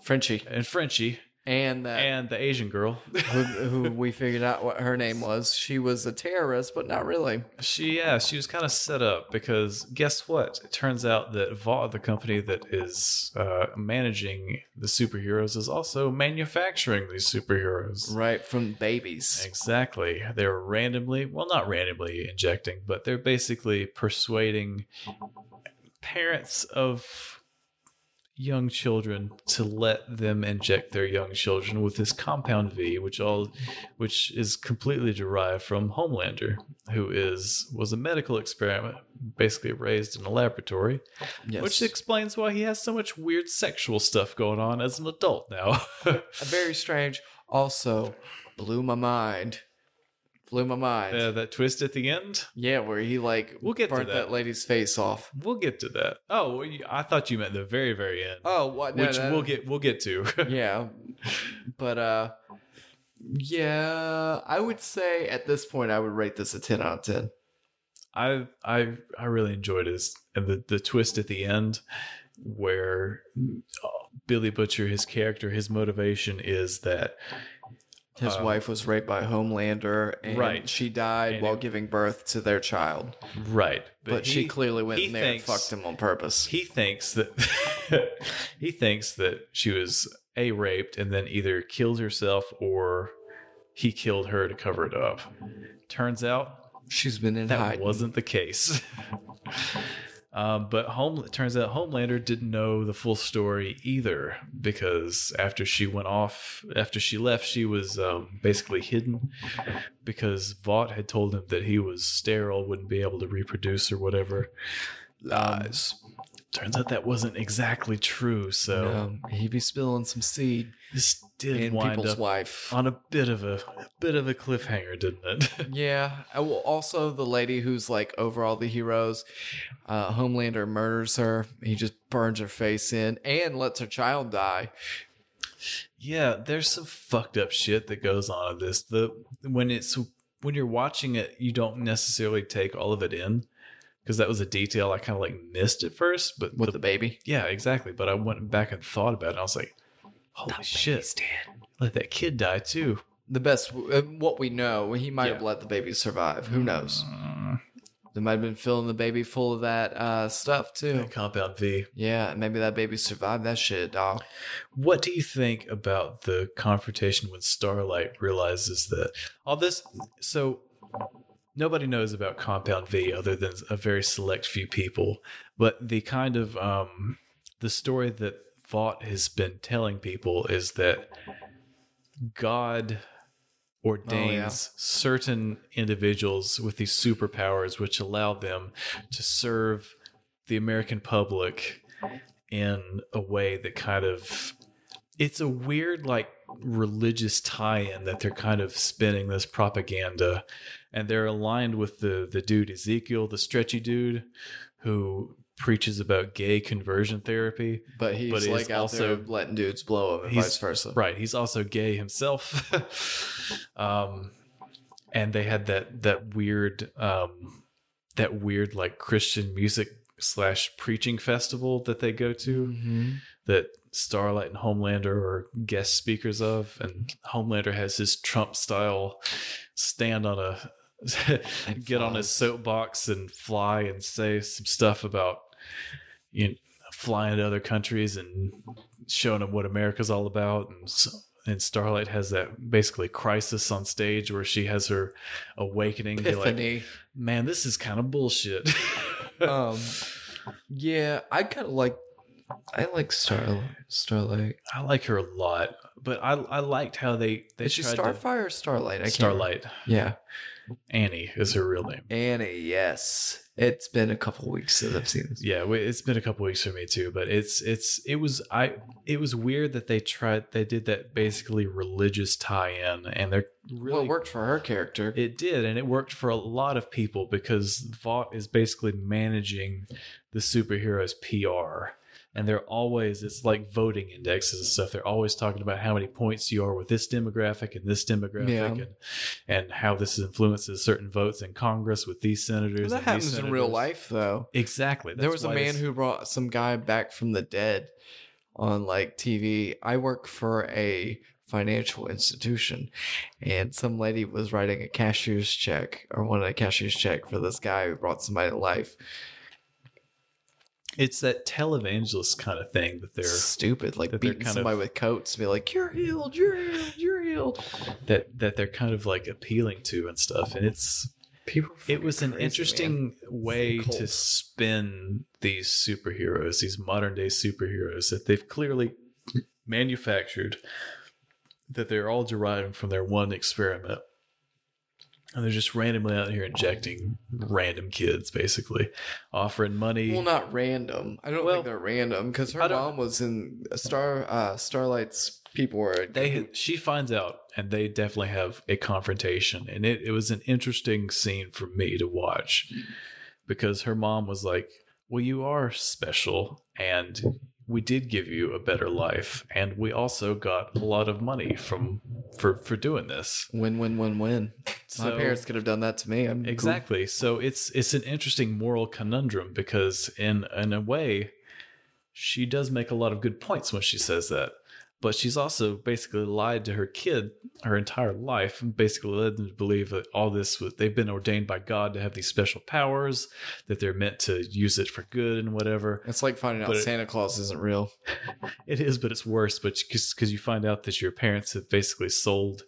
S3: Frenchie
S1: and Frenchie,
S3: and that
S1: and the Asian girl.
S3: who, who we figured out what her name was. She was a terrorist, but not really.
S1: She yeah, she was kind of set up because guess what? It turns out that Vaugh, the company that is uh, managing the superheroes, is also manufacturing these superheroes.
S3: Right from babies.
S1: Exactly. They're randomly, well, not randomly injecting, but they're basically persuading parents of young children to let them inject their young children with this compound V, which all, which is completely derived from Homelander, who is was a medical experiment, basically raised in a laboratory,
S3: Yes.
S1: which explains why he has so much weird sexual stuff going on as an adult now.
S3: very strange. Also, blew my mind. Blew my mind.
S1: Uh, that twist at the end.
S3: yeah, where he like
S1: We'll get to
S3: burnt
S1: that.
S3: lady's face off.
S1: We'll get to that. Oh, well, you- I thought you meant the very, very end,
S3: Oh, what? No,
S1: which
S3: no,
S1: we'll
S3: no.
S1: get we'll get to.
S3: yeah but uh yeah i would say at this point i would rate this a 10 out of 10
S1: I I I really enjoyed this and the the twist at the end where uh, Billy Butcher his character his motivation is that
S3: his
S1: Uh,
S3: wife was raped by homelander and
S1: Right.
S3: she died
S1: And
S3: while
S1: it-
S3: giving birth to their child
S1: right
S3: but, she
S1: he-
S3: clearly went
S1: he
S3: in there
S1: thinks-
S3: and fucked him on purpose
S1: he thinks that he thinks that she was a raped and then either killed herself or he killed her to cover it up. Turns out
S3: she's been in
S1: that
S3: hiding
S1: wasn't the case. um, but home it turns out Homelander didn't know the full story either because after she went off, after she left, she was um, basically hidden because Vought had told him that he was sterile, wouldn't be able to reproduce or whatever. uh,
S3: lies
S1: Turns out that wasn't exactly true. So
S3: um, he'd be spilling some seed
S1: this did
S3: in
S1: wind
S3: people's
S1: up
S3: wife
S1: on a bit of a, a bit of a cliffhanger, didn't it?
S3: Yeah. I will- Also, the lady who's like over all the heroes, uh, Homelander murders her. He just burns her face in and lets her child die.
S1: Yeah, there's some fucked up shit that goes on in this. The when it's when you're watching it, you don't necessarily take all of it in because that was a detail I kind of like missed at first. But
S3: with the baby.
S1: yeah, exactly. But I went back and thought about it. And I was like, holy shit, let that kid die too.
S3: The best, uh, what we know, he might have
S1: Yeah. Mm.
S3: let the baby survive. Who knows? They might have been filling the baby full of that uh, stuff too.
S1: Compound V.
S3: Yeah, maybe that baby survived that shit, dog.
S1: What do you think about the confrontation when Starlight realizes that all this? So nobody knows about Compound V other than a very select few people, but the kind of um, the story that Vought has been telling people is that God ordains certain individuals with these superpowers, which allow them to serve the American public in a way that kind of it's a weird like religious tie-in that they're kind of spinning this propaganda and they're aligned with the the dude Ezekiel the stretchy dude who preaches about gay conversion therapy
S3: But he's
S1: But he's
S3: like out
S1: also-
S3: there letting dudes blow him and
S1: He's-
S3: vice versa.
S1: right he's also gay himself um and they had that that weird um that weird like christian music slash preaching festival that they go to
S3: Mhm.
S1: that Starlight and Homelander are guest speakers of, and
S3: Mm-hmm.
S1: Homelander has his Trump style stand on a get on his
S3: flies.
S1: soapbox and fly and say some stuff about you know, flying to other countries and showing them what America's all about and so, and Starlight has that basically crisis on stage where she has her awakening. to Like,
S3: Epiphany.
S1: Man, this is kind of bullshit.
S3: um, yeah, I kind of like. I like Starlight. Starlight.
S1: I like her a lot, but I I liked how they they
S3: Is she
S1: tried to-
S3: Starfire or Starlight? I can't
S1: Starlight.
S3: remember. Yeah.
S1: Annie is her real name.
S3: Annie, yes. It's been a couple weeks since I've seen this.
S1: Yeah, we- it's been a couple weeks for me too, but it's it's it was I it was weird that they tried they did that basically religious tie-in and they're
S3: Well,
S1: really
S3: it worked for her character.
S1: It did, and it worked for a lot of people because Vought is basically managing the superheroes' PR. And they're always, it's like voting indexes and stuff. They're always talking about how many points you are with this demographic and this demographic
S3: Yeah.
S1: and, and how this influences certain votes in Congress with these senators.
S3: that
S1: and these
S3: happens in real
S1: senators.
S3: life, though.
S1: Exactly.
S3: there
S1: That's
S3: was a
S1: why
S3: man
S1: this-
S3: who brought some guy back from the dead on like TV. I work for a financial institution, and some lady was writing a cashier's check or wanted a cashier's check for this guy who brought somebody to life.
S1: It's that televangelist kind of thing that they're
S3: Stupid, like
S1: that they're
S3: beating
S1: kind of-
S3: somebody with coats, be like, "You're healed, you're healed, you're healed."
S1: that that they're kind of like appealing to and stuff and it's
S3: People.
S1: it was an interesting way to spin these superheroes, these modern day superheroes that they've clearly manufactured, that they're all deriving from their one experiment. And they're just randomly out here injecting random kids, basically, offering money.
S3: Well, not random. I don't
S1: Well,
S3: think they're random because her
S1: I don't-
S3: mom was in Star uh, Starlight's people were.
S1: they she finds out and they definitely have a confrontation and it, it was an interesting scene for me to watch because her mom was like well you are special and we did give you a better life and we also got a lot of money from for for doing this
S3: win win win win. My
S1: So-
S3: parents could have done that to me. I'm
S1: Exactly. So it's it's an interesting moral conundrum because in in a way, she does make a lot of good points when she says that. But she's also basically lied to her kid her entire life and basically led them to believe that all this was they've been ordained by God to have these special powers, that they're meant to use it for good and whatever.
S3: It's like finding out
S1: But it-
S3: Santa Claus isn't real.
S1: It is, but it's worse. But because you find out that your parents have basically sold,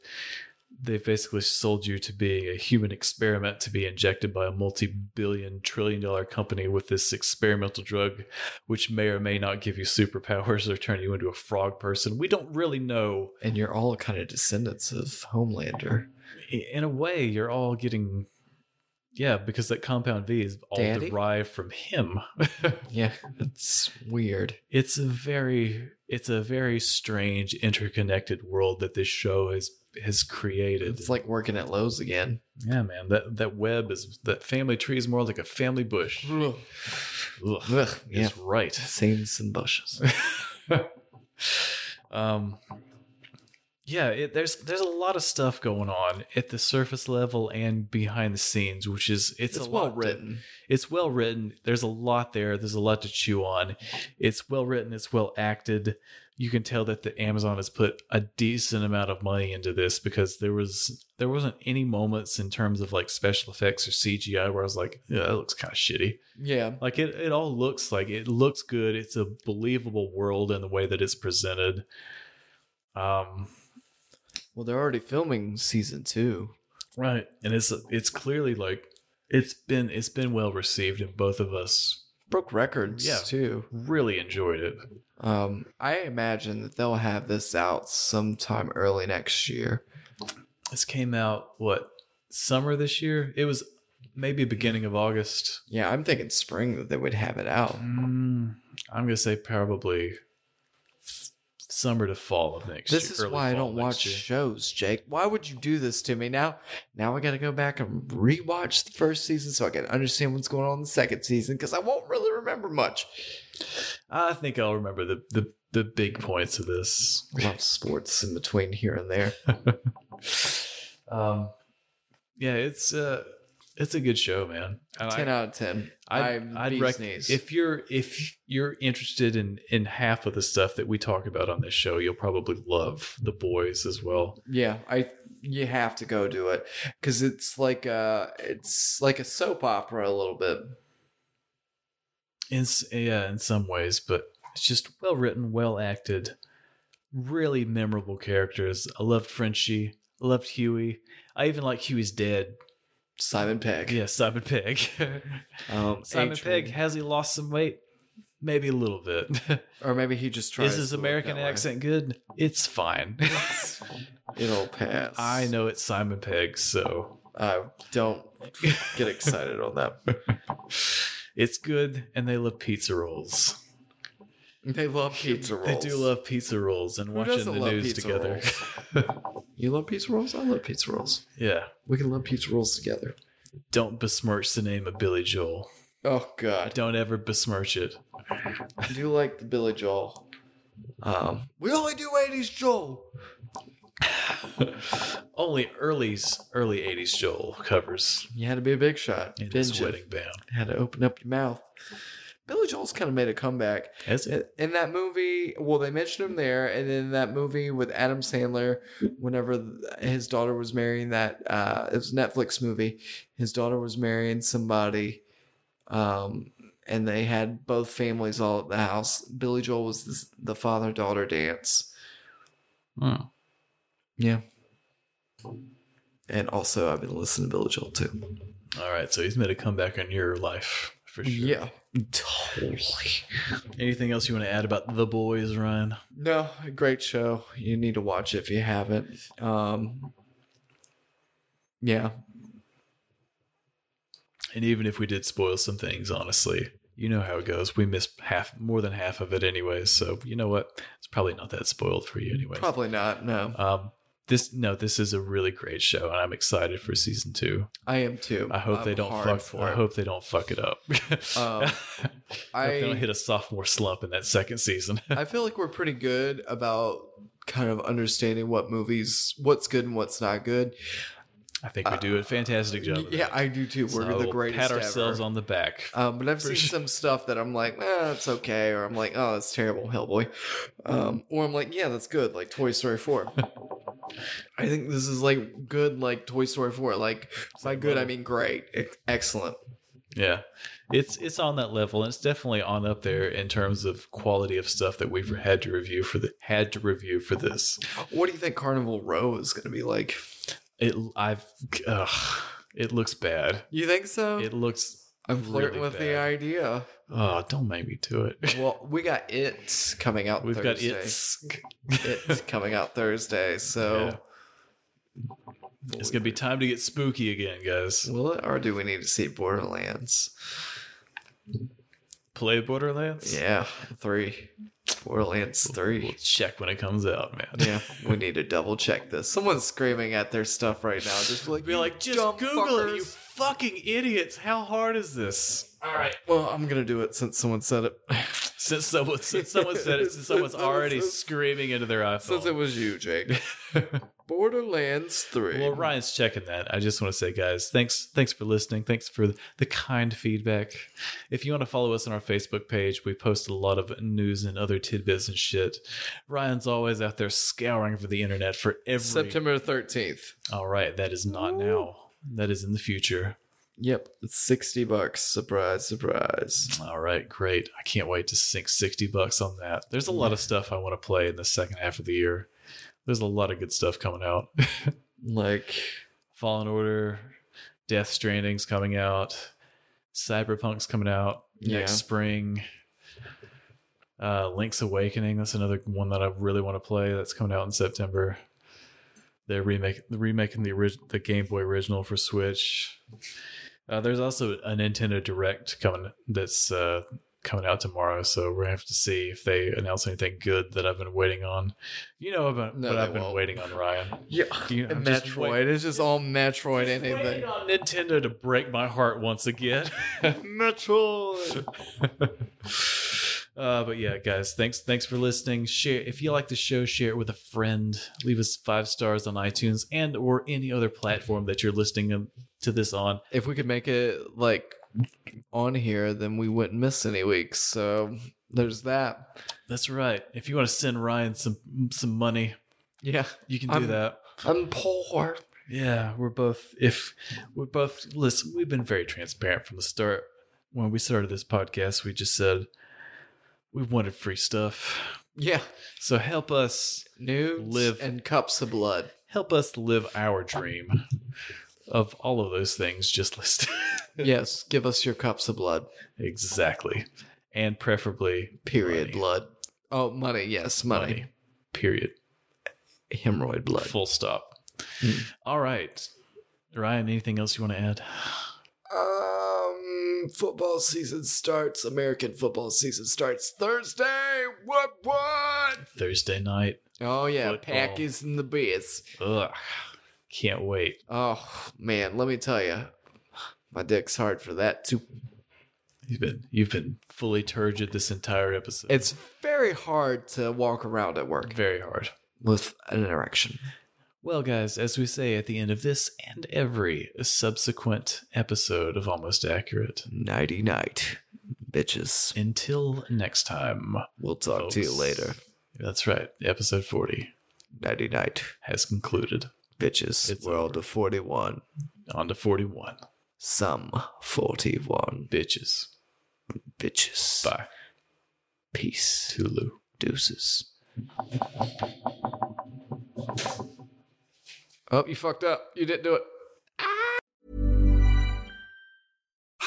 S1: they've basically sold you to be a human experiment to be injected by a multi-billion trillion dollar company with this experimental drug, which may or may not give you superpowers or turn you into a frog person. We don't really know.
S3: And you're all kind of descendants of Homelander.
S1: I- In a way, you're all getting. Yeah, because that compound V is all
S3: Daddy?
S1: derived from him.
S3: Yeah, it's weird.
S1: it's a very it's a very strange interconnected world that this show has has created
S3: It's like working at Lowe's again.
S1: yeah man that that web is that family tree is more like a family bush
S3: Ugh,
S1: Ugh,
S3: yeah,
S1: is right
S3: scenes and bushes.
S1: um yeah it, there's there's a lot of stuff going on at the surface level and behind the scenes which is it's,
S3: It's,
S1: a
S3: well
S1: lot to-
S3: written.
S1: it's well written. There's a lot there. There's a lot to chew on. It's well written. It's well acted. You can tell that the Amazon has put a decent amount of money into this because there was there wasn't any moments in terms of like special effects or CGI where I was like, yeah, that looks kind of shitty.
S3: Yeah,
S1: Like it, it all looks like it looks good. It's a believable world in the way that it's presented. Um,
S3: well, they're already filming season two.
S1: right, and it's it's clearly like it's been it's been well received, and both of us
S3: Broke records
S1: Yeah.
S3: too.
S1: really enjoyed it.
S3: Um, I imagine that they'll have this out sometime early next year.
S1: this came out what summer this year it was maybe beginning of august
S3: Yeah, I'm thinking spring that they would have it out.
S1: mm, i'm gonna say probably s- summer to fall of next year
S3: This is
S1: early
S3: why I
S1: fall
S3: don't
S1: next
S3: watch
S1: year.
S3: shows, Jake. Why would you do this to me now? Now I got to go back and rewatch the first season so I can understand what's going on in the second season because I won't really remember much.
S1: i think i'll remember the the, the big points of this
S3: I love sports in between here and there.
S1: um yeah it's uh it's a good show man And I-
S3: ten out of ten.
S1: I'd,
S3: I'm
S1: I'd
S3: bee's
S1: rec-
S3: knees.
S1: if you're if you're interested in in half of the stuff that we talk about on this show you'll probably love the boys as well
S3: yeah, I you have to go do it because it's like a it's like a soap opera a little bit.
S1: in s- yeah in some ways but it's just well written well acted really memorable characters i loved frenchie i loved huey i even like huey's dad
S3: Simon Pegg.
S1: yeah simon pegg
S3: Um,
S1: simon
S3: H-
S1: pegg has he lost some weight maybe a little bit
S3: or maybe he just tries.
S1: is his
S3: to look
S1: american
S3: that way.
S1: accent good it's fine
S3: It'll pass.
S1: i know it's simon pegg so
S3: I don't get excited on that.
S1: it's good and they love pizza rolls
S3: They love pizza rolls.
S1: They do love pizza rolls and watching the
S3: doesn't love
S1: news
S3: pizza
S1: together.
S3: You love pizza rolls. I love pizza rolls.
S1: yeah.
S3: We can love pizza rolls together.
S1: Don't besmirch the name of Billy Joel.
S3: Oh God,
S1: Don't ever besmirch it.
S3: I do like the Billy Joel. Um, we only do '80s Joel.
S1: Only early early eighties Joel covers
S3: You had to be a big shot.
S1: in
S3: didn't
S1: his
S3: you?
S1: wedding band.
S3: Had to open up your mouth. Billy Joel's kind of made a comeback.
S1: As
S3: In in that movie, well, they mentioned him there, and in that movie with Adam Sandler, whenever th- his daughter was marrying that, uh, it was a Netflix movie. His daughter was marrying somebody, um, and they had both families all at the house. Billy Joel was this, the father daughter dance. Yeah, and also I've been listening to Billy Joel too.
S1: All right, so he's made a comeback in your life for sure.
S3: Yeah. Totally.
S1: Anything else you want to add about the boys, Ryan?
S3: No, great show. You need to watch it if you haven't. Um, yeah.
S1: And even if we did spoil some things, honestly, you know how it goes. We missed half, more than half of it, anyways. So you know what? It's probably not that spoiled for you, anyway.
S3: Probably not. No,
S1: Um, this no, this is a really great show, and I'm excited for season two.
S3: I am too.
S1: I hope
S3: I'm
S1: they don't
S3: hard
S1: fuck.
S3: for
S1: I
S3: it.
S1: hope they don't fuck it up.
S3: Um,
S1: I hope they don't
S3: I-
S1: hit a sophomore slump in that second season.
S3: I feel like we're pretty good about kind of understanding what movies, what's good and what's not good.
S1: I think we do a fantastic job. of
S3: Yeah,
S1: that.
S3: I do too. We're
S1: So
S3: the
S1: we'll
S3: greatest.
S1: Pat ourselves
S3: ever.
S1: on the back.
S3: Um, but I've
S1: For
S3: seen
S1: sure.
S3: some stuff that I'm like, eh, it's okay, or I'm like, oh, that's terrible, Hellboy, um, or I'm like, yeah, that's good, like Toy Story Four. I think this is like good, like Toy Story Four. Like by good, I mean great, Ex- excellent.
S1: Yeah, it's it's on that level, and it's definitely on up there in terms of quality of stuff that we've had to review for the had to review for this.
S3: What do you think Carnival Row is going to be like?
S1: It I've ugh, it looks bad.
S3: You think so?
S1: It looks.
S3: I'm flirting
S1: really
S3: with the
S1: bad.
S3: idea.
S1: Oh, don't make me do it.
S3: Well, we got it coming out.
S1: We've got
S3: Thursday.
S1: it's.
S3: It's coming out Thursday, so
S1: It's gonna be time to get spooky again, guys.
S3: will it, or do we need to see Borderlands?
S1: Play Borderlands.
S3: Yeah, three. Borderlands
S1: We'll
S3: three.
S1: check when it comes out, man.
S3: Yeah, we need to double check this. Someone's screaming at their stuff right now. Just like,
S1: Be like, just
S3: dumb
S1: Google it, you
S3: fuckers."
S1: fucking idiots. How hard is this?
S3: well, I'm gonna do it since someone said it.
S1: Since someone, since someone said it, since someone's
S3: Since someone
S1: already
S3: says-
S1: screaming into their iPhone.
S3: Since it was you, Jake. Borderlands three.
S1: Well, Ryan's checking that. I just want to say, guys, thanks, thanks for listening. Thanks for the kind feedback. If you want to follow us on our Facebook page, we post a lot of news and other tidbits and shit. Ryan's always out there scouring for the internet for every.
S3: September thirteenth.
S1: All right, that is not now. That is in the future.
S3: Yep, it's sixty bucks. Surprise, surprise.
S1: All right, great. I can't wait to sink sixty bucks on that. There's a lot of stuff I want to play in the second half of the year. There's a lot of good stuff coming out.
S3: Like,
S1: Fallen Order, Death Stranding's coming out, Cyberpunk's coming out next
S3: Yeah.
S1: spring. Uh, Link's Awakening, that's another one that I really want to play. That's coming out in September. They're remake, they're remaking the orig- the Game Boy original for Switch. Uh, there's also a Nintendo Direct coming that's uh, coming out tomorrow, so we're gonna have to see if they announce anything good that I've been waiting on. You know about
S3: No,
S1: what
S3: they
S1: I've been
S3: won't.
S1: waiting on, Ryan.
S3: yeah,
S1: You- I'm
S3: and
S1: just
S3: Metroid.
S1: wait-
S3: it's just all Metroid. anything.
S1: Waiting on Nintendo to break my heart once again.
S3: Metroid.
S1: Uh, but yeah, guys, thanks thanks for listening. Share if you like the show, share it with a friend. Leave us five stars on iTunes and or any other platform that you're listening to this on.
S3: if we could make it like on here, then we wouldn't miss any weeks. So there's that.
S1: That's right. If you want to send Ryan some some money,
S3: Yeah,
S1: you can do
S3: I'm-
S1: that.
S3: I'm poor.
S1: Yeah, we're both if we're both listen, we've been very transparent from the start. When we started this podcast, we just said we wanted free stuff.
S3: Yeah,
S1: So help us
S3: nudes
S1: Live.
S3: and cups of blood.
S1: help us live our dream of all of those things just listed.
S3: yes, give us your cups of blood.
S1: exactly. And preferably
S3: Period
S1: Money.
S3: blood. Oh, money. Yes, money.
S1: money. Period.
S3: Hemorrhoid blood.
S1: Full stop. All right. Ryan, anything else you want to add?
S3: Um, football season starts. American football season starts Thursday. What? What?
S1: Thursday night.
S3: Oh yeah,
S1: Football.
S3: Packers and the Bears.
S1: Ugh. Can't wait.
S3: Oh man, let me tell you, my dick's hard for that too.
S1: You've been you've been fully turgid this entire episode.
S3: It's very hard to walk around at work
S1: very hard.
S3: with an erection.
S1: Well, guys, as we say at the end of this and every subsequent episode of Almost Accurate,
S3: Nighty night, bitches.
S1: until next time.
S3: We'll talk to you
S1: folks.
S3: later.
S1: That's right. Episode 40
S3: Nighty night,
S1: has concluded.
S3: bitches.
S1: It's
S3: World of 41,
S1: On to 41.
S3: some 41
S1: Bitches.
S3: bitches.
S1: Bye.
S3: Peace.
S1: Tulu.
S3: Deuces. Oh, you fucked up. You didn't do it.